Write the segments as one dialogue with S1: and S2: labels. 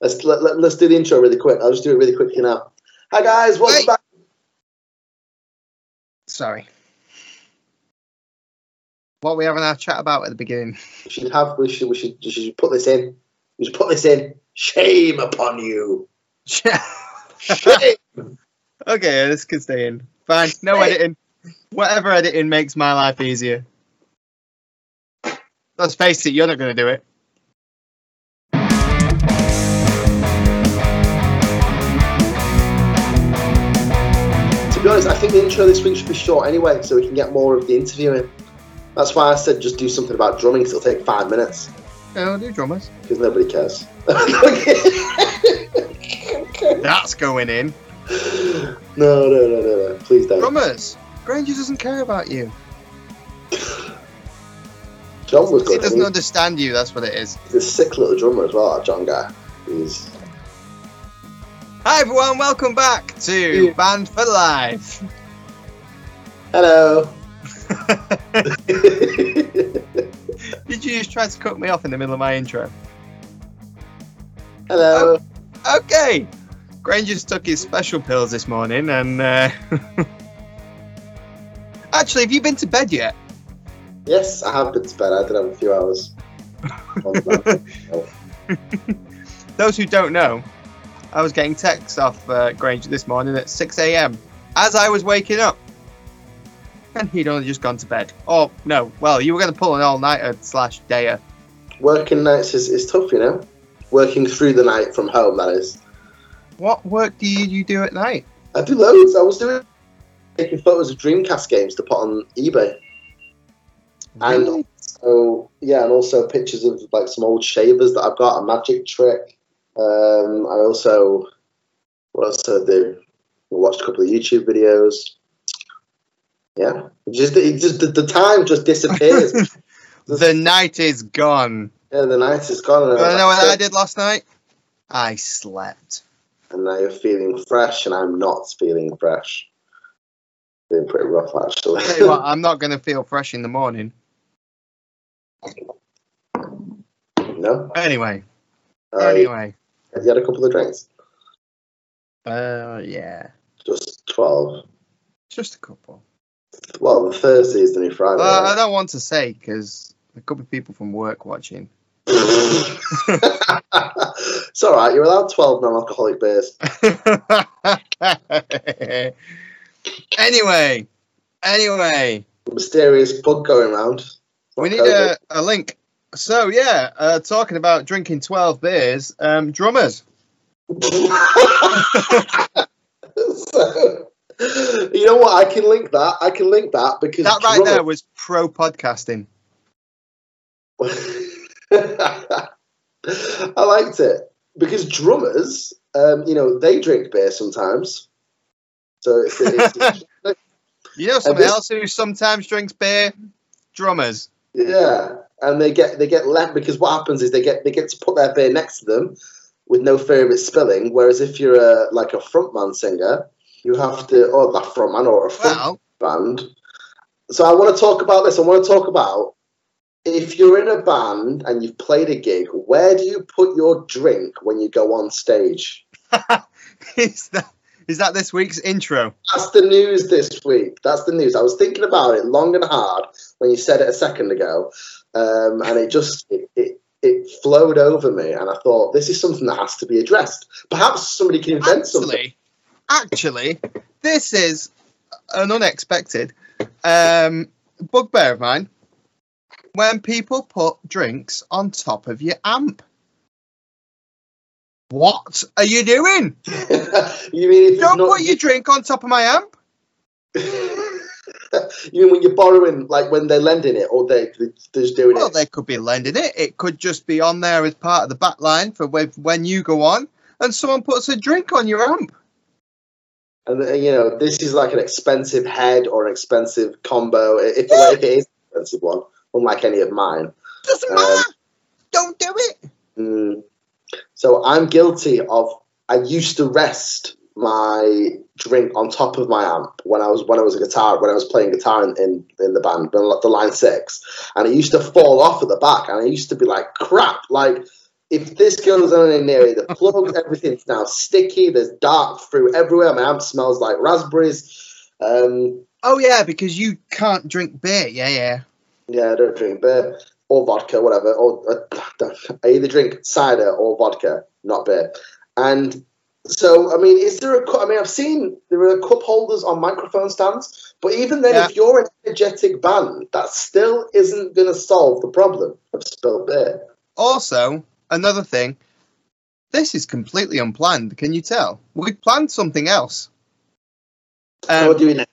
S1: Let's let, let, us do the intro really quick. I'll just do it really quickly now. Hi guys, welcome
S2: Wait.
S1: back.
S2: Sorry. What we having our chat about at the beginning?
S1: We should have we should we should, we should put this in. We should put this in. Shame upon you. Shame.
S2: okay, this can stay in. Fine, no
S1: Hey.
S2: editing. Whatever editing makes my life easier. Let's face it, you're not going to do it.
S1: To be honest, I think the intro this week should be short anyway, so we can get more of the interviewing. That's why I said just do something about drumming. 'cause it'll take five minutes
S2: No, do drummers.
S1: because nobody cares.
S2: That's going in.
S1: no, no, no, no, no. Please don't.
S2: Drummers. Granger doesn't care about you.
S1: John was
S2: He
S1: good.
S2: doesn't
S1: He,
S2: understand you. That's what it is.
S1: he's a sick little drummer as well. That John guy. He's
S2: Hi everyone, welcome back to
S1: Yeah.
S2: Band for Life.
S1: hello.
S2: Did you just try to cut me off in the middle of my intro?
S1: hello.
S2: Okay. Granger's took his special pills this morning and uh... Actually, have you been to bed yet?
S1: Yes, I have been to bed. I did have a few hours. On that.
S2: Those who don't know, I was getting texts off uh, Granger this morning at 6 a.m. as I was waking up. And he'd only just gone to bed. Oh, no. Well, you were going to pull an all nighter slash dayer.
S1: Working nights is, is tough, you know. Working through the night from home, that is.
S2: What work do you, you do at night?
S1: I do loads. I was doing taking photos of Dreamcast games to put on eBay. I know. So yeah, and also pictures of like some old shavers that I've got, a magic trick. Um, I also what else did I do? I watched a couple of YouTube videos. Yeah, It just it just the, the time just disappears.
S2: The night is gone.
S1: yeah, the night is gone. And,
S2: You want to know what
S1: like,
S2: I did last night? I slept.
S1: and now you're feeling fresh, and I'm not feeling fresh. Been pretty rough actually.
S2: Tell you what, I'm not going to feel fresh in the morning.
S1: no,
S2: Anyway,
S1: I-
S2: anyway.
S1: you had a couple of drinks.
S2: Uh, yeah.
S1: Just twelve.
S2: Just a couple.
S1: Well, the Thursday is the new Friday.
S2: Well, I don't want to say because there could be people from work watching.
S1: it's all right. You're allowed 12 non-alcoholic beers.
S2: anyway, anyway,
S1: Mysterious bug going round.
S2: we need a, a link. So yeah, uh, talking about drinking twelve beers, um, drummers.
S1: so, you know what? I can link that. I can link that because
S2: That right there
S1: drummer-
S2: was pro podcasting.
S1: I liked it because drummers, um, you know, they drink beer sometimes. So it's, it's
S2: You know, someone
S1: this-
S2: else who sometimes drinks beer, drummers.
S1: Yeah, and they get they get left because what happens is they get they get to put their beer next to them with no fear of it spilling. Whereas if you're a like a frontman singer, you have to or a frontman or a front
S2: Well,
S1: band. So I want to talk about this. I want to talk about if you're in a band and you've played a gig, where do you put your drink when you go on stage?
S2: is that is that this week's intro?
S1: That's the news this week. That's the news. I was thinking about it long and hard when you said it a second ago, um, and it just it, it it flowed over me, and I thought this is something that has to be addressed. Perhaps somebody can invent something.
S2: actually, actually, this is an unexpected um, bugbear of mine. When people put drinks on top of your amp, what are you doing?
S1: you mean if
S2: Don't
S1: it's not,
S2: put your drink on top of my amp.
S1: you mean when you're borrowing, like when they're lending it, or they they're just doing
S2: Well,
S1: it?
S2: they could be lending it. It could just be on there as part of the back line for when when you go on, and someone puts a drink on your amp.
S1: And uh, you know this is like an expensive head or an expensive combo. If,
S2: Yeah.
S1: if it is an expensive one, unlike any of mine.
S2: Doesn't
S1: Um,
S2: matter. Don't do it.
S1: Mm. So I'm guilty of. I used to rest my drink on top of my amp when I was when I was a guitar when I was playing guitar in, in, in the band, the, the line six, and it used to fall off at the back, and I used to be like crap, like if this goes on in here, the plugs, everything's now sticky. There's dark fruit everywhere. My amp smells like raspberries. Um,
S2: Oh yeah, because you can't drink beer. Yeah, yeah.
S1: yeah, I don't drink beer or vodka, whatever. Or uh, I either drink cider or vodka, not beer. And so, I mean, is there a? cu- I mean, I've seen there are cup holders on microphone stands, but even then,
S2: Yeah.
S1: if you're an energetic band, that still isn't going to solve the problem of spilled beer.
S2: Also, another thing. This is completely unplanned. Can you tell? We planned something else.
S1: So
S2: Um,
S1: what do we know?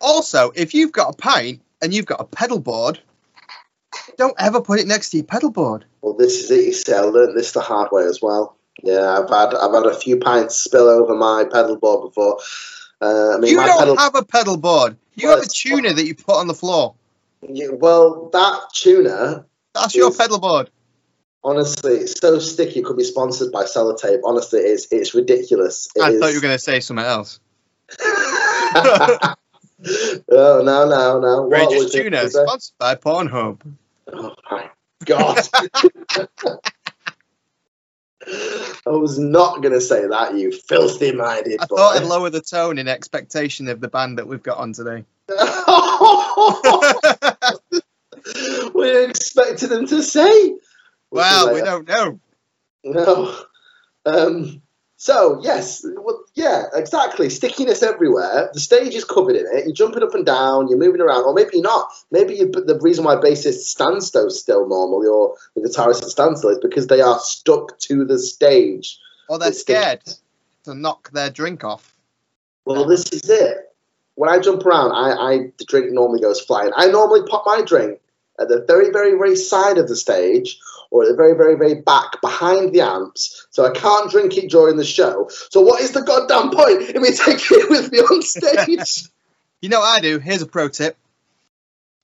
S2: also, if you've got a pint and you've got a pedal board, don't ever put it next to your pedal board.
S1: Well, this is it. You see, I learned this the hard way as well. Yeah, I've had I've had a few pints spill over my pedal board before. Uh, I mean,
S2: you
S1: my
S2: don't
S1: pedal.
S2: have a pedal board. You
S1: Well,
S2: have a
S1: it's-
S2: tuner that you put on the floor.
S1: Yeah, well, that tuner
S2: That's your
S1: Yes.
S2: pedal board.
S1: Honestly, it's so sticky. It could be sponsored by Sellotape. Honestly, it's it's ridiculous. It
S2: I
S1: is-
S2: thought you were going to say something else.
S1: oh no no no! What
S2: Rangers
S1: was it?
S2: Tuner,
S1: Was it-
S2: sponsored by Pornhub.
S1: Oh my god! I was not gonna say that, you filthy-minded
S2: I
S1: boy.
S2: thought I'd lower the tone in expectation of the band that we've got on today.
S1: we expected them to say.
S2: well, we
S1: Later.
S2: don't know.
S1: No. Um, so yes, well, yeah, exactly. Stickiness everywhere. The stage is covered in it. You're jumping up and down. You're moving around, or maybe you're not. Maybe you, but the reason why bassists stand so still normally, or the guitarists stand still, is because they are stuck to the stage.
S2: Or they're
S1: It's the-
S2: scared to knock their drink off.
S1: Well, this is it. When I jump around, I, I the drink normally goes flying. I normally pop my drink at the very, very, very side of the stage or at the very, very, very back behind the amps, so I can't drink it during the show. So what is the goddamn point in me taking it with me on stage?
S2: You know what I do? Here's a pro tip.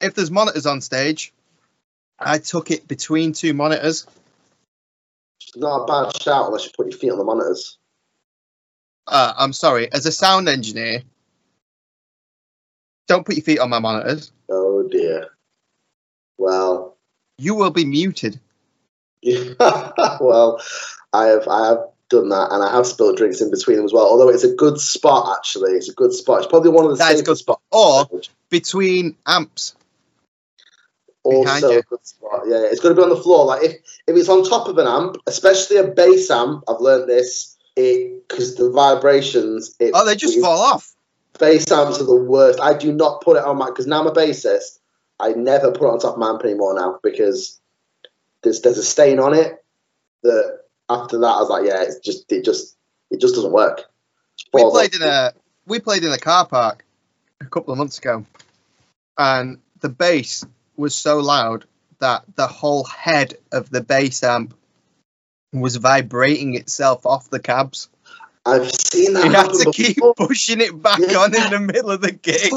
S2: If there's monitors on stage, I tuck it between two monitors.
S1: it's not a bad shout unless you put your feet on the monitors.
S2: Uh, I'm sorry, as a sound engineer, don't put your feet on my monitors.
S1: Oh dear. Well,
S2: You will be muted.
S1: well, I have I have done that, and I have spilled drinks in between them as well. Although it's a good spot, actually, it's a good spot. It's probably one of the
S2: That is a
S1: safest
S2: good spot. Or
S1: spots.
S2: between amps. Behind
S1: also
S2: you.
S1: a good spot. Yeah, yeah. it's going to be on the floor. Like if, if it's on top of an amp, especially a bass amp, I've learned this it because the vibrations. It,
S2: Oh, they just
S1: it-
S2: fall off.
S1: bass amps are the worst. I do not put it on my because now I'm a bassist. I never put it on top of my amp anymore now because there's there's a stain on it that after that I was like, yeah, it's just it just it just doesn't work. It
S2: We
S1: falls
S2: played
S1: off.
S2: in a we played in a car park a couple of months ago, and the bass was so loud that the whole head of the bass amp was vibrating itself off the cabs.
S1: I've seen that
S2: You had
S1: happen
S2: to keep
S1: before.
S2: pushing it back
S1: Yeah.
S2: on in the middle of the gig.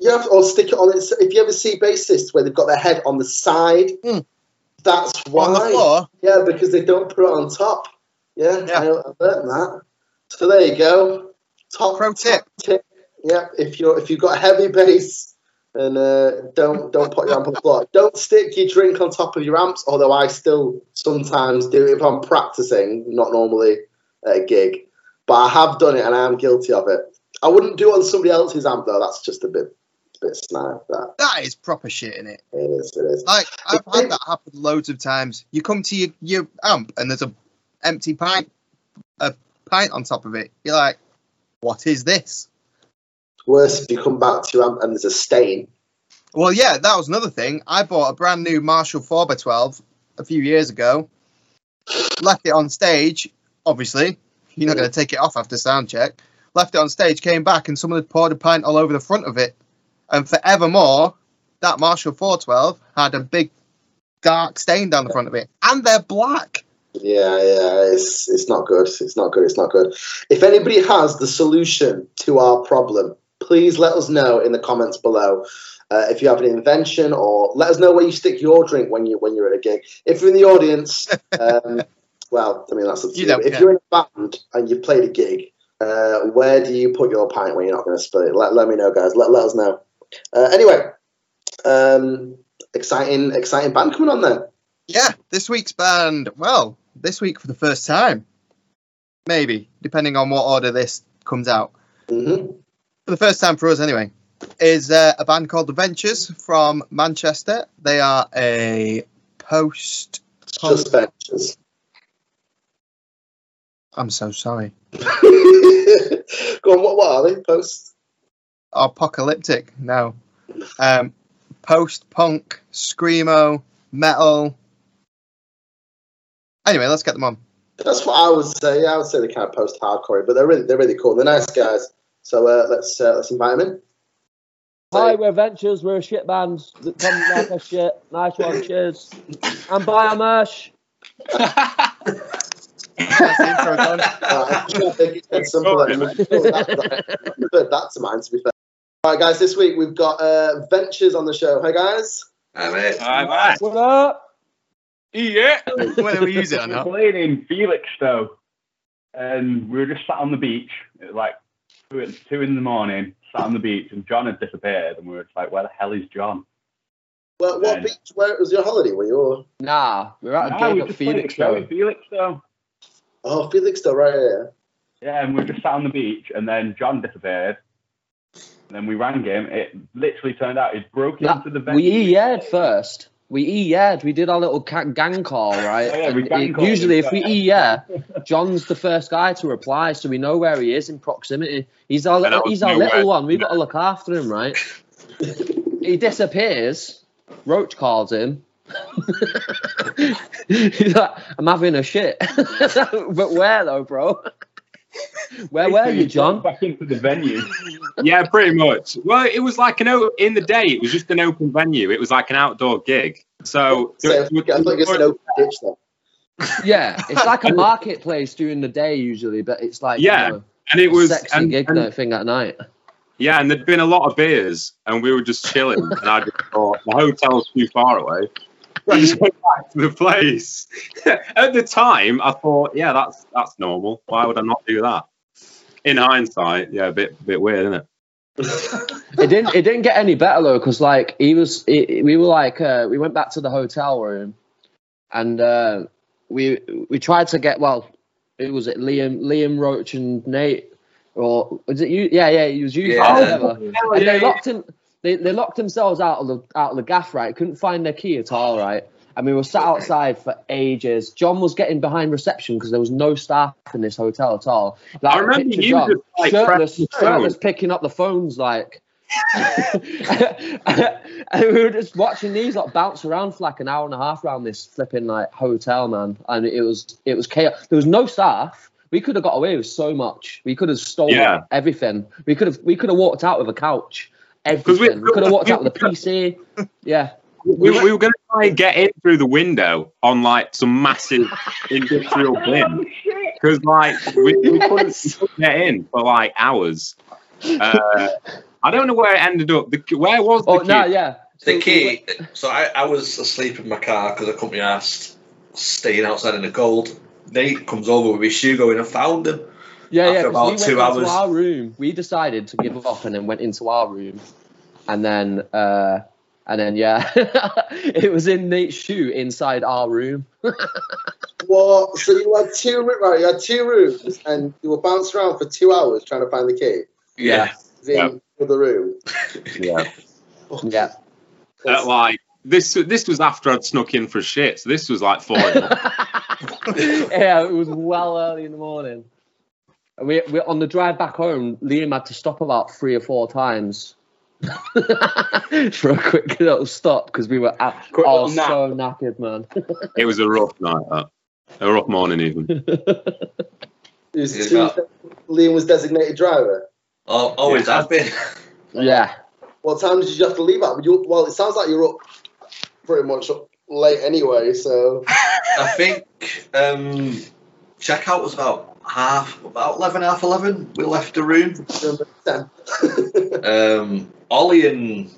S1: You have or stick it on. its- If you ever see bassists where they've got their head on the side,
S2: Hmm.
S1: that's why.
S2: On the floor,
S1: Yeah, because they don't put it on top. Yeah,
S2: Yeah.
S1: I, I learned that. So there you go. Top
S2: Pro tip.
S1: top tip. Yeah, if you're if you've got heavy bass and uh, don't don't put your amp on the floor. Don't stick your drink on top of your amps. Although I still sometimes do it if I'm practicing, not normally at a gig, but I have done it and I am guilty of it. I wouldn't do it on somebody else's amp though. That's just a bit a bit snide. That
S2: that is proper shit in it.
S1: it is. It is.
S2: Like I've
S1: It-
S2: had that happen loads of times. You come to your, your amp and there's a empty pint, a pint on top of it. You're like, what is this?
S1: Worse if you come back to your amp and there's a stain.
S2: Well, yeah, that was another thing. I bought a brand new Marshall 4x12 a few years ago. Left it on stage, obviously. You're not going to take it off after sound check. Left it on stage, came back, and someone had poured a pint all over the front of it. And forevermore, that Marshall 412 had a big dark stain down the front of it. And they're black.
S1: Yeah, yeah, it's it's not good. It's not good. It's not good. If anybody has the solution to our problem, please let us know in the comments below. Uh, if you have an invention, or let us know where you stick your drink when you when you're at a gig. If you're in the audience, um, well, I mean that's up to
S2: You
S1: you.
S2: don't
S1: But if
S2: care.
S1: you're in a band and you've played a gig, uh, where do you put your pint when you're not going to spill it? Let, let me know, guys. Let let us know. Uh, anyway, um, exciting exciting band coming on then.
S2: Yeah, this week's band, well, this week for the first time. Maybe, depending on what order this comes out.
S1: hmm
S2: For the first time for us, anyway, is uh, a band called The Ventures from Manchester. They are a post.
S1: Just ventures.
S2: I'm so sorry.
S1: Go on, what, what are they? Post?
S2: apocalyptic. No, um, post-punk, screamo, metal. Anyway, let's get them on.
S1: That's what I would say. Yeah, I would say they're kind of post hardcore, but they're really they're really cool. They're nice guys. So uh, let's uh, let's invite them in.
S3: Hi, we're Ventures. We're a shit band that comes like a shit. Nice one. Cheers. And bye, I'm Ash.
S2: That's the intro done.
S1: Uh, I'm sure they can simple that, that, that, that's mine, to be fair. All right, guys, this week we've got uh, Ventures on the show. Hey, guys.
S4: I'm it.
S5: Aye, aye.
S3: What up?
S5: Yeah.
S2: Whether we use it or
S5: We were
S2: not.
S5: playing in Felix though, and we were just sat on the beach at like two, in- two in the morning, sat on the beach, and John had disappeared, and we were just like, "Where the hell is John?"
S1: Well, what
S5: Hey.
S1: beach? Where was your holiday? Were you? all-
S6: Nah, we're at a
S5: Nah, we
S6: gig
S5: were
S6: at
S5: just playing
S6: Phoenix
S5: a show
S6: though.
S5: in Felix though.
S1: Oh, Felix, though, right here.
S5: Yeah, and we were just sat on the beach, and then John disappeared. And then we rang him. It literally turned out he'd broken
S6: Nah,
S5: into the venue.
S6: We e-aired first. We e-aired. We did our little ca- gang call, right?
S5: Oh, yeah, we
S6: And
S5: gang
S6: it-
S5: called
S6: usually,
S5: him
S6: if we
S5: first.
S6: e-air, John's the first guy to reply, so we know where he is in proximity. He's our
S5: And that
S6: little,
S5: was
S6: he's our
S5: nowhere.
S6: little one. We've got to look after him, right? he disappears. Roach calls him. He's like, I'm having a shit. but where though, bro? Where were
S5: Basically,
S6: you,
S5: he's gone
S6: John?
S5: Back into the venue.
S4: Yeah, pretty much. Well, it was like an o- in the day. It was just an open venue. It was like an outdoor gig. So
S1: So, I think it's an open ditch, though.
S6: Yeah, it's like a marketplace during the day usually, but it's like you
S4: Yeah,
S6: know,
S4: and it was
S6: sexy
S4: and,
S6: gig
S4: and-
S6: night thing at night.
S4: yeah, and there'd been a lot of beers, and we were just chilling. and I just thought the hotel's too far away. So I just went back to the place. At the time, I thought, yeah, that's that's normal. Why would I not do that? In hindsight, yeah, a bit bit weird, isn't it?
S6: It didn't. It didn't get any better though, because like he was. It, it- we were like uh, we went back to the hotel room, and uh, we we tried to get well. It was it Liam Liam Roach and Nate, or was it you? Yeah, yeah. It was you.
S4: Yeah.
S6: Whatever.
S4: Oh,
S6: and they locked him. They, they locked themselves out of the out of the gaff, right? Couldn't find their key at all, right? And we were sat outside for ages. John was getting behind reception because there was no staff in this hotel at all. Like,
S4: I remember
S6: picture
S4: you
S6: John,
S4: just, like,
S6: shirtless,
S4: pressing
S6: shirtless, picking up the phones, like. and we were just watching these like bounce around for like an hour and a half around this flipping like hotel, man. And it was it was chaos. There was no staff. We could have got away with so much. We could have stolen
S4: Yeah.
S6: everything. We could have we could have walked out with a couch.
S4: 'Cause we-
S6: Everything. We could have walked out with a PC. Yeah.
S4: we, we were going to try and get in through the window on like some massive industrial bin because like we, we couldn't
S6: Yes.
S4: get in for like hours. Uh, I don't know where it ended up. The, where was the
S6: Oh
S4: key?
S6: no, yeah.
S4: So
S7: The
S4: we
S7: key. So I, I was asleep in my car because I couldn't be asked staying outside in the cold. Nate comes over with his shoe going, I found him.
S6: Yeah, yeah. 'cause
S7: After about
S6: we
S7: two
S6: went
S7: hours.
S6: into our room. We decided to give up and then went into our room, and then uh, and then yeah, it was in Nate's shoe inside our room.
S1: What? So you had two roo- right? You had two rooms, and you were bouncing around for two hours trying to find the key.
S7: Yeah.
S1: It's in
S4: Yeah.
S1: the other room.
S4: Yeah.
S6: Yeah.
S4: That, like this. This was after I'd snuck in for shit. So this was like four. in the morning.
S6: yeah, it was well early in the morning. And we, we on the drive back home, Liam had to stop about three or four times for a quick little stop because we were at,
S5: Quick
S6: all
S5: little nap.
S6: so knackered, man.
S4: it was a rough night. That. A rough morning, even.
S1: It was
S7: Yeah.
S1: Tuesday. Liam was designated driver.
S7: Oh, always
S4: Yeah.
S7: has been.
S6: yeah,
S1: What time did you have to leave at? You, well, it sounds like you're up pretty much up late anyway. So
S7: I think um, checkout was about half, about 11, half 11. We left the room.
S1: number ten.
S7: Um, Ollie and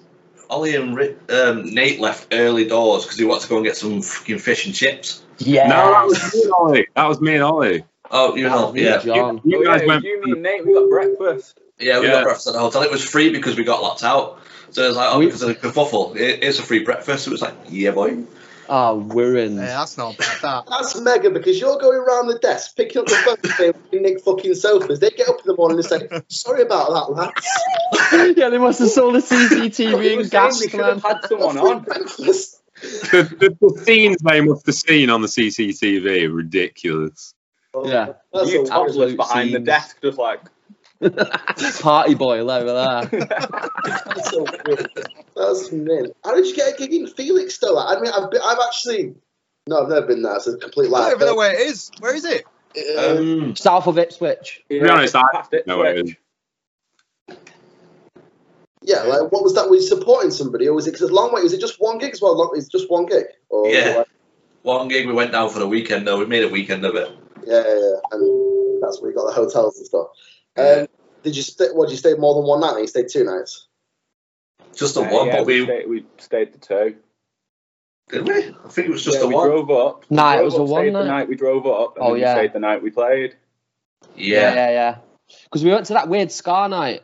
S7: Ollie and Ri- um, Nate left early doors because he wanted to go and get some fucking fish and chips.
S6: yeah.
S4: No, that was me and Ollie. That was me and Ollie.
S7: Oh, you know, yeah.
S6: John.
S8: Oh,
S4: You, you guys went.
S5: you mean Nate? We got breakfast.
S7: Yeah, we
S4: Yeah.
S7: got breakfast at the hotel. It was free because we got locked out. So it was like, oh,
S6: We-
S7: because of the kerfuffle, it, it's a free breakfast. It was like, yeah, boy.
S6: Oh, we're in.
S2: Yeah, that's not bad. That.
S1: That's mega because you're going around the desk picking up the phone and saying, "We nick fucking sofas. They get up in the morning and say, sorry about that, lads.
S6: yeah, they must have saw the CCTV
S8: You were
S6: and
S8: saying
S6: gassed
S8: we should have
S6: them.
S8: had someone on.
S1: Breakfast.
S9: The, the, the scenes they must have seen on the CCTV ridiculous.
S1: Oh,
S6: Yeah.
S1: That's
S8: You
S1: a
S6: tap-
S8: topless
S6: absolute
S8: behind the
S6: scenes.
S8: desk, just like
S6: Party boy over there.
S1: That's so weird. That's mint. How did you get a gig in Felix though? I mean, I've, been, I've actually no, I've never been there. It's a complete
S2: I
S1: lie.
S2: don't even know where it is. Where is it?
S1: Uh,
S7: Um,
S8: Mm.
S6: South of Ipswich.
S8: yeah,
S9: be honest, I
S8: past it,
S9: No, it
S8: switch.
S9: is.
S1: yeah, like what was that? Were you supporting somebody, or was it because long way? Was it just one gig as well? Long, it's just one gig. Or,
S7: Yeah. one gig we went down for the weekend though. We made a weekend of it.
S1: yeah, yeah, yeah. And that's where you got the hotels and stuff. Um, did you stay? What did you stay more than one night? Or you stayed two nights.
S7: Just the
S8: Uh,
S7: one,
S8: yeah,
S7: but we
S8: stayed, we stayed the two.
S7: did we? I think it was just
S8: yeah,
S7: the
S8: we
S7: one.
S8: drove up. we
S6: Nah, it
S8: drove
S6: was
S8: up,
S6: the one
S8: stayed
S6: night.
S8: The night we drove up, and
S6: Oh,
S8: then
S6: yeah.
S8: we stayed the night we played.
S6: Yeah,
S7: Yeah,
S6: yeah, yeah. Because we went to that weird Scar night.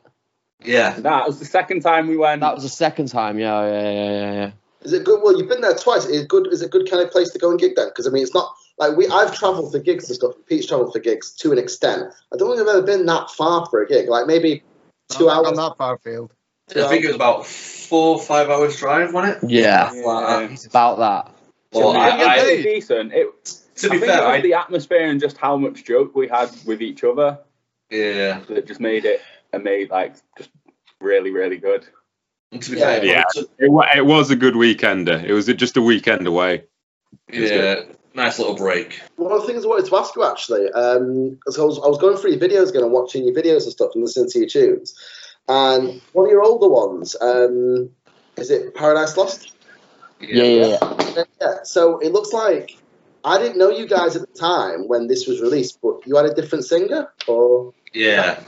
S7: yeah.
S8: That was the second time we went.
S6: That was the second time. Yeah, yeah, yeah, yeah, yeah.
S1: Is it good? Well, you've been there twice. Is it good? Is it a good kind of place to go and gig then? Because I mean, it's not like we. I've travelled for gigs and stuff. Pete's travelled for gigs to an extent. I don't think I've ever been that far for a gig. Like maybe two
S2: Not
S1: hours.
S2: on that far field.
S7: I think it was about four, five hours drive, wasn't it?
S6: Yeah,
S7: Like that.
S2: Jesus.
S6: about that.
S7: Well,
S8: It
S7: I,
S8: was
S7: I,
S8: actually decent. It,
S7: to
S8: I
S7: be
S8: think it
S7: fair,
S8: was
S7: I,
S8: the atmosphere and just how much joke we had with each other
S7: yeah.
S8: that just made it and made like just really really good.
S7: To be
S1: Yeah.
S7: fair,
S9: Yeah.
S7: to-
S9: It, wa- it was a good weekender. It was just a weekend away. It's
S7: yeah. Nice little break.
S1: One of the things I wanted to ask you actually, um, 'cause I was, I was going through your videos again and watching your videos and stuff and listening to your tunes, and one of your older ones, um, is it Paradise Lost?
S6: Yeah, yeah, yeah.
S1: Yeah. So it looks like I didn't know you guys at the time when this was released, but you had a different singer, or
S7: Yeah.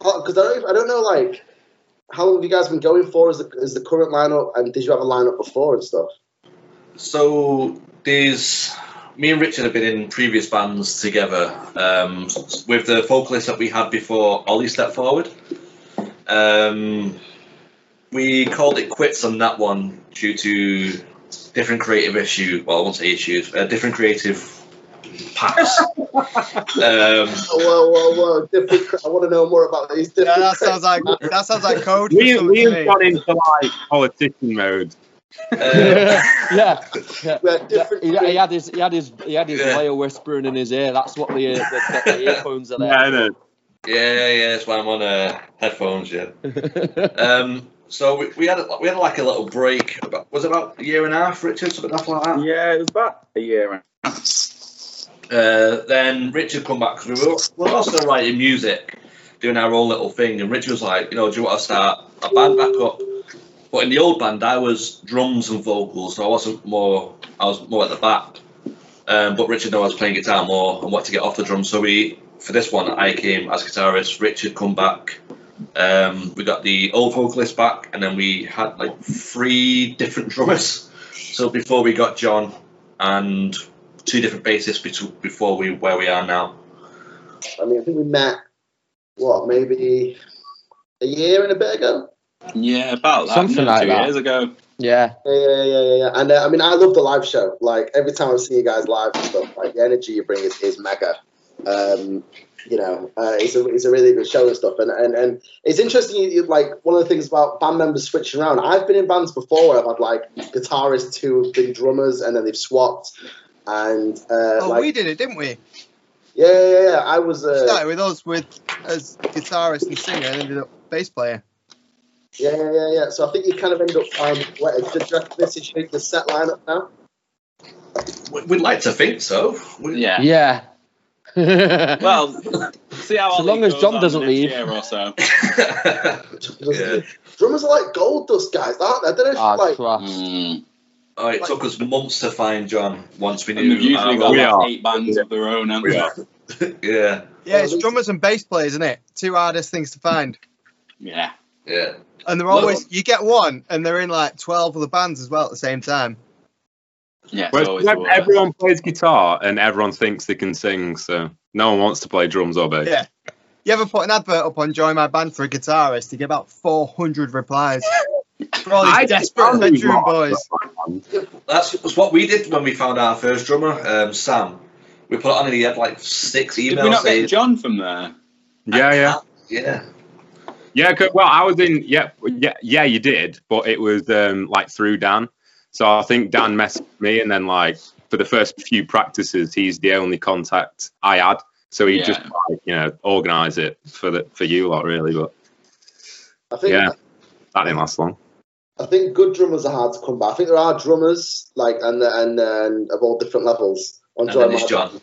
S1: because I don't, I don't know like how long have you guys been going for as the, as the current lineup, and did you have a lineup before and stuff?
S7: So there's me and Richard have been in previous bands together. Um, with the vocalist that we had before, Ollie stepped forward. Um, we called it quits on that one due to different creative issues. Well, I won't say issues. Uh, different creative paths. um,
S1: Oh, whoa, whoa, whoa! Different. cra- I want to know more about these.
S2: Yeah,
S1: Different
S2: that sounds like that sounds like code. for
S9: We
S2: something
S9: we
S2: to me.
S9: have gone into like politician mode.
S7: uh,
S6: yeah, yeah.
S1: We're different.
S6: He, he had his, he had his, he had his
S7: Yeah.
S6: whale whispering in his ear. That's what the, uh, the, the earphones are there.
S9: Yeah, no.
S7: yeah, yeah. That's why I'm on uh, headphones. Yeah.
S6: Yeah,
S7: Um, so we, we had we had like a little break. About, was it about a year and a half, Richard? Something like that.
S8: Yeah, it was about a year. and-
S7: Uh, then Richard come back 'cause we were, we were also writing music, doing our own little thing. And Richard was like, you know, do you want to start a band back up? But in the old band, I was drums and vocals, so I wasn't more. I was more at the back. Um, but Richard knew I was playing guitar more and what to get off the drums. So we for this one, I came as guitarist. Richard come back. Um, we got the old vocalist back, and then we had like three different drummers. So before we got John and two different bassists bet- before we where we are now.
S1: I mean, I think we met what maybe a year and a bit ago.
S4: Yeah, about that.
S6: Something
S4: no,
S6: like
S4: two
S6: that.
S4: years ago.
S6: yeah,
S1: Yeah, yeah, yeah, yeah. yeah. And uh, I mean, I love the live show. Like every time I've seen you guys live and stuff, like the energy you bring is, is mega. Um, you know, uh, it's a it's a really good show and stuff. And and, and it's interesting. You, you, like one of the things about band members switching around. I've been in bands before where I've had like guitarists who have been drummers and then they've swapped. And uh,
S2: Oh,
S1: like,
S2: we did it, didn't we?
S1: yeah, yeah, yeah. I was uh,
S2: Started with us with as guitarist and singer, and ended up bass player.
S1: yeah, yeah, yeah, yeah. So I think you kind of end up um, finding. What, do you reckon this is your set lineup now?
S7: We- We'd like to think so. We-
S4: Yeah.
S6: yeah. Ah,
S4: Well, see how
S6: So
S4: our
S6: long
S4: league
S6: as
S4: goes
S6: John
S4: on
S6: doesn't
S4: the next
S6: leave.
S4: year or so.
S7: Yeah.
S1: Drummers are like gold dust guys, aren't they? I don't know if
S6: Ah,
S1: like
S6: trust.
S4: Mm.
S7: Oh, it took us months to find John once we
S4: And
S7: knew.
S4: they've usually
S7: our-
S4: got
S9: We
S4: like
S9: are.
S4: eight bands of their own, haven't
S9: We
S4: they?
S9: are.
S7: yeah,
S2: Yeah,
S1: Oh,
S2: it's
S1: we-
S2: drummers and bass players, isn't it? Two hardest things to find.
S4: Yeah.
S7: yeah.
S2: And they're
S4: Well-
S2: always you get one, and they're in like twelve other bands as well at the same time.
S4: Yeah. It's
S9: Well,
S4: always the
S9: ev-
S4: way.
S9: everyone plays guitar and everyone thinks they can sing, so no one wants to play drums or bass.
S2: Yeah. You ever put an advert up on Join My Band for a guitarist? You get about four hundred replies. For all these
S9: I
S2: desperate
S9: found these
S2: bedroom
S9: lots
S2: boys.
S9: of them.
S7: That's, that's what we did when we found our first drummer, um, Sam. We put it on and he had like six emails.
S4: Did we not
S7: saying-
S4: get John from there?
S9: Yeah, yeah.
S2: Uh,
S7: Yeah.
S9: Yeah, 'cause- well, I was in. Yeah, yeah, yeah. You did, but it was um, like through Dan. So I think Dan messaged me, and then like for the first few practices, he's the only contact I had. So he
S4: Yeah.
S9: just like, you know organise it for the for you lot really, but
S1: I think
S9: Yeah. that didn't last long.
S1: I think good drummers are hard to come by. I think there are drummers like and and, and of all different levels. On
S7: And then it's John.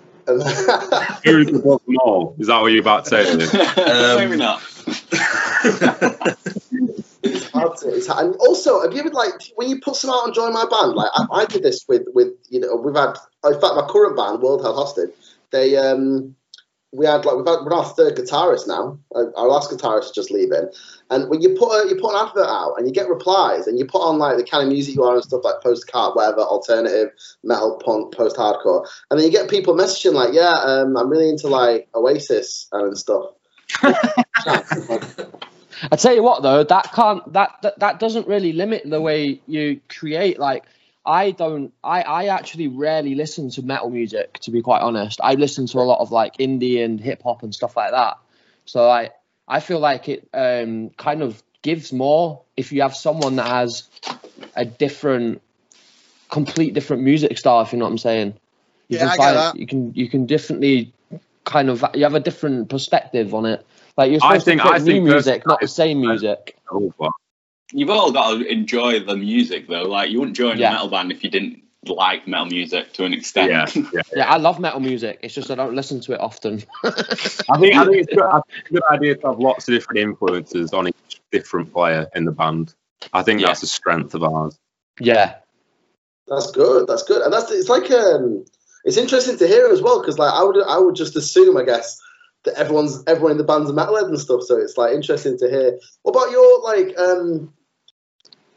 S9: Who is above them all? Is that what you're about to say? Lou?
S6: Um,
S4: Maybe not.
S1: hard to- it's hard. And also, have you ever like when you put some out on Join My Band? Like I, I did this with with you know we've had in fact my current band World Held Hostage. They um we had like we've had, we're on our third guitarist now. Uh, Our our last guitarist just leaving, and when you put a, you put an advert out and you get replies and you put on like the kind of music you are and stuff like post card whatever alternative metal punk post hardcore, and then you get people messaging like yeah um, I'm really into like Oasis and stuff.
S6: I tell you what though, that can't that, that that doesn't really limit the way you create. Like I don't I I actually rarely listen to metal music to be quite honest. I listen to a lot of like indie and hip hop and stuff like that. So I I feel like it um kind of gives more if you have someone that has a different complete different music style if you know what I'm saying. You
S2: Yeah, I get
S6: can find
S2: that.
S6: you can you can definitely kind of you have a different perspective on it. Like you're
S9: I
S6: supposed
S9: think-
S6: to
S9: I
S6: create new
S9: think that's-
S6: music, not the same music.
S9: Oh, but
S4: You've all got to enjoy the music though. Like you wouldn't join
S6: Yeah.
S4: a metal band if you didn't like metal music to an extent.
S9: yeah, yeah.
S6: Yeah, I love metal music. It's just I don't listen to it often.
S9: I think I think it's good, I think it's a good idea to have lots of different influences on each different player in the band. I think
S4: Yeah.
S9: that's a strength of ours.
S6: Yeah.
S1: That's good. That's good, and that's it's like um, it's interesting to hear as well because like I would I would just assume I guess that everyone's everyone in the band's a metalhead and stuff, so it's like interesting to hear. What about your like? um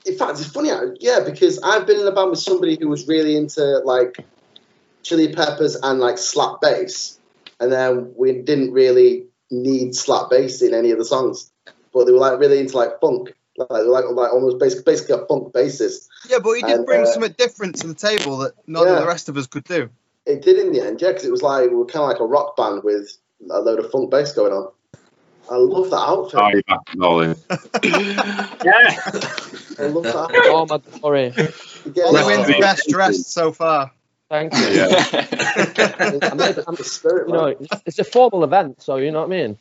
S1: In fact, it's funny, I- yeah, because I've been in a band with somebody who was really into like Chili Peppers and like slap bass, and then we didn't really need slap bass in any of the songs, but they were like really into like funk, like they were, like like almost basically, basically a funk bassist.
S2: Yeah, but he did
S1: And,
S2: bring
S1: uh,
S2: something different to the table that none
S1: Yeah.
S2: of the rest of us could do.
S1: It did in the end, yeah, because it was like we were kind of like a rock band with a load of funk bass going on. I love that outfit.
S4: Oh,
S9: Are you back, Nolan?
S1: I love that. outfit.
S6: Oh my sorry.
S1: You get
S2: Only
S1: it,
S2: wins
S1: like,
S2: the best dressed so far.
S6: Thank you.
S9: Yeah.
S1: it makes up the spirit,
S6: You know,
S1: man.
S6: it's, it's a formal event, so you know what I mean.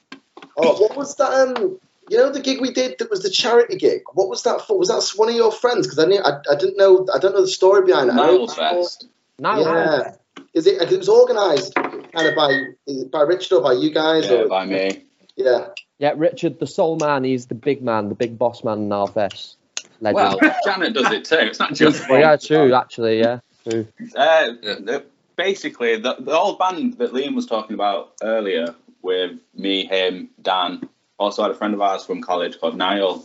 S1: Oh, what was that? Um, you know the gig we did that was the charity gig. What was that for? Was that one of your friends? Because I knew I, I didn't know I don't know the story behind it. I know-
S4: Nile Fest.
S6: Now,
S1: Yeah, is it? 'cause It was organised kind of by is it by Richard or by you guys
S4: Yeah,
S1: or
S4: by me.
S1: yeah.
S6: yeah, Richard, the soul man, he's the big man, the big boss man in our fest. Legend.
S4: Well, Janet does it too. It's not just
S6: Well, yeah, true, actually, yeah. True.
S4: Uh,
S7: Yeah.
S4: the- basically, the, the old band that Liam was talking about earlier with me, him, Dan, also had a friend of ours from college called Niall,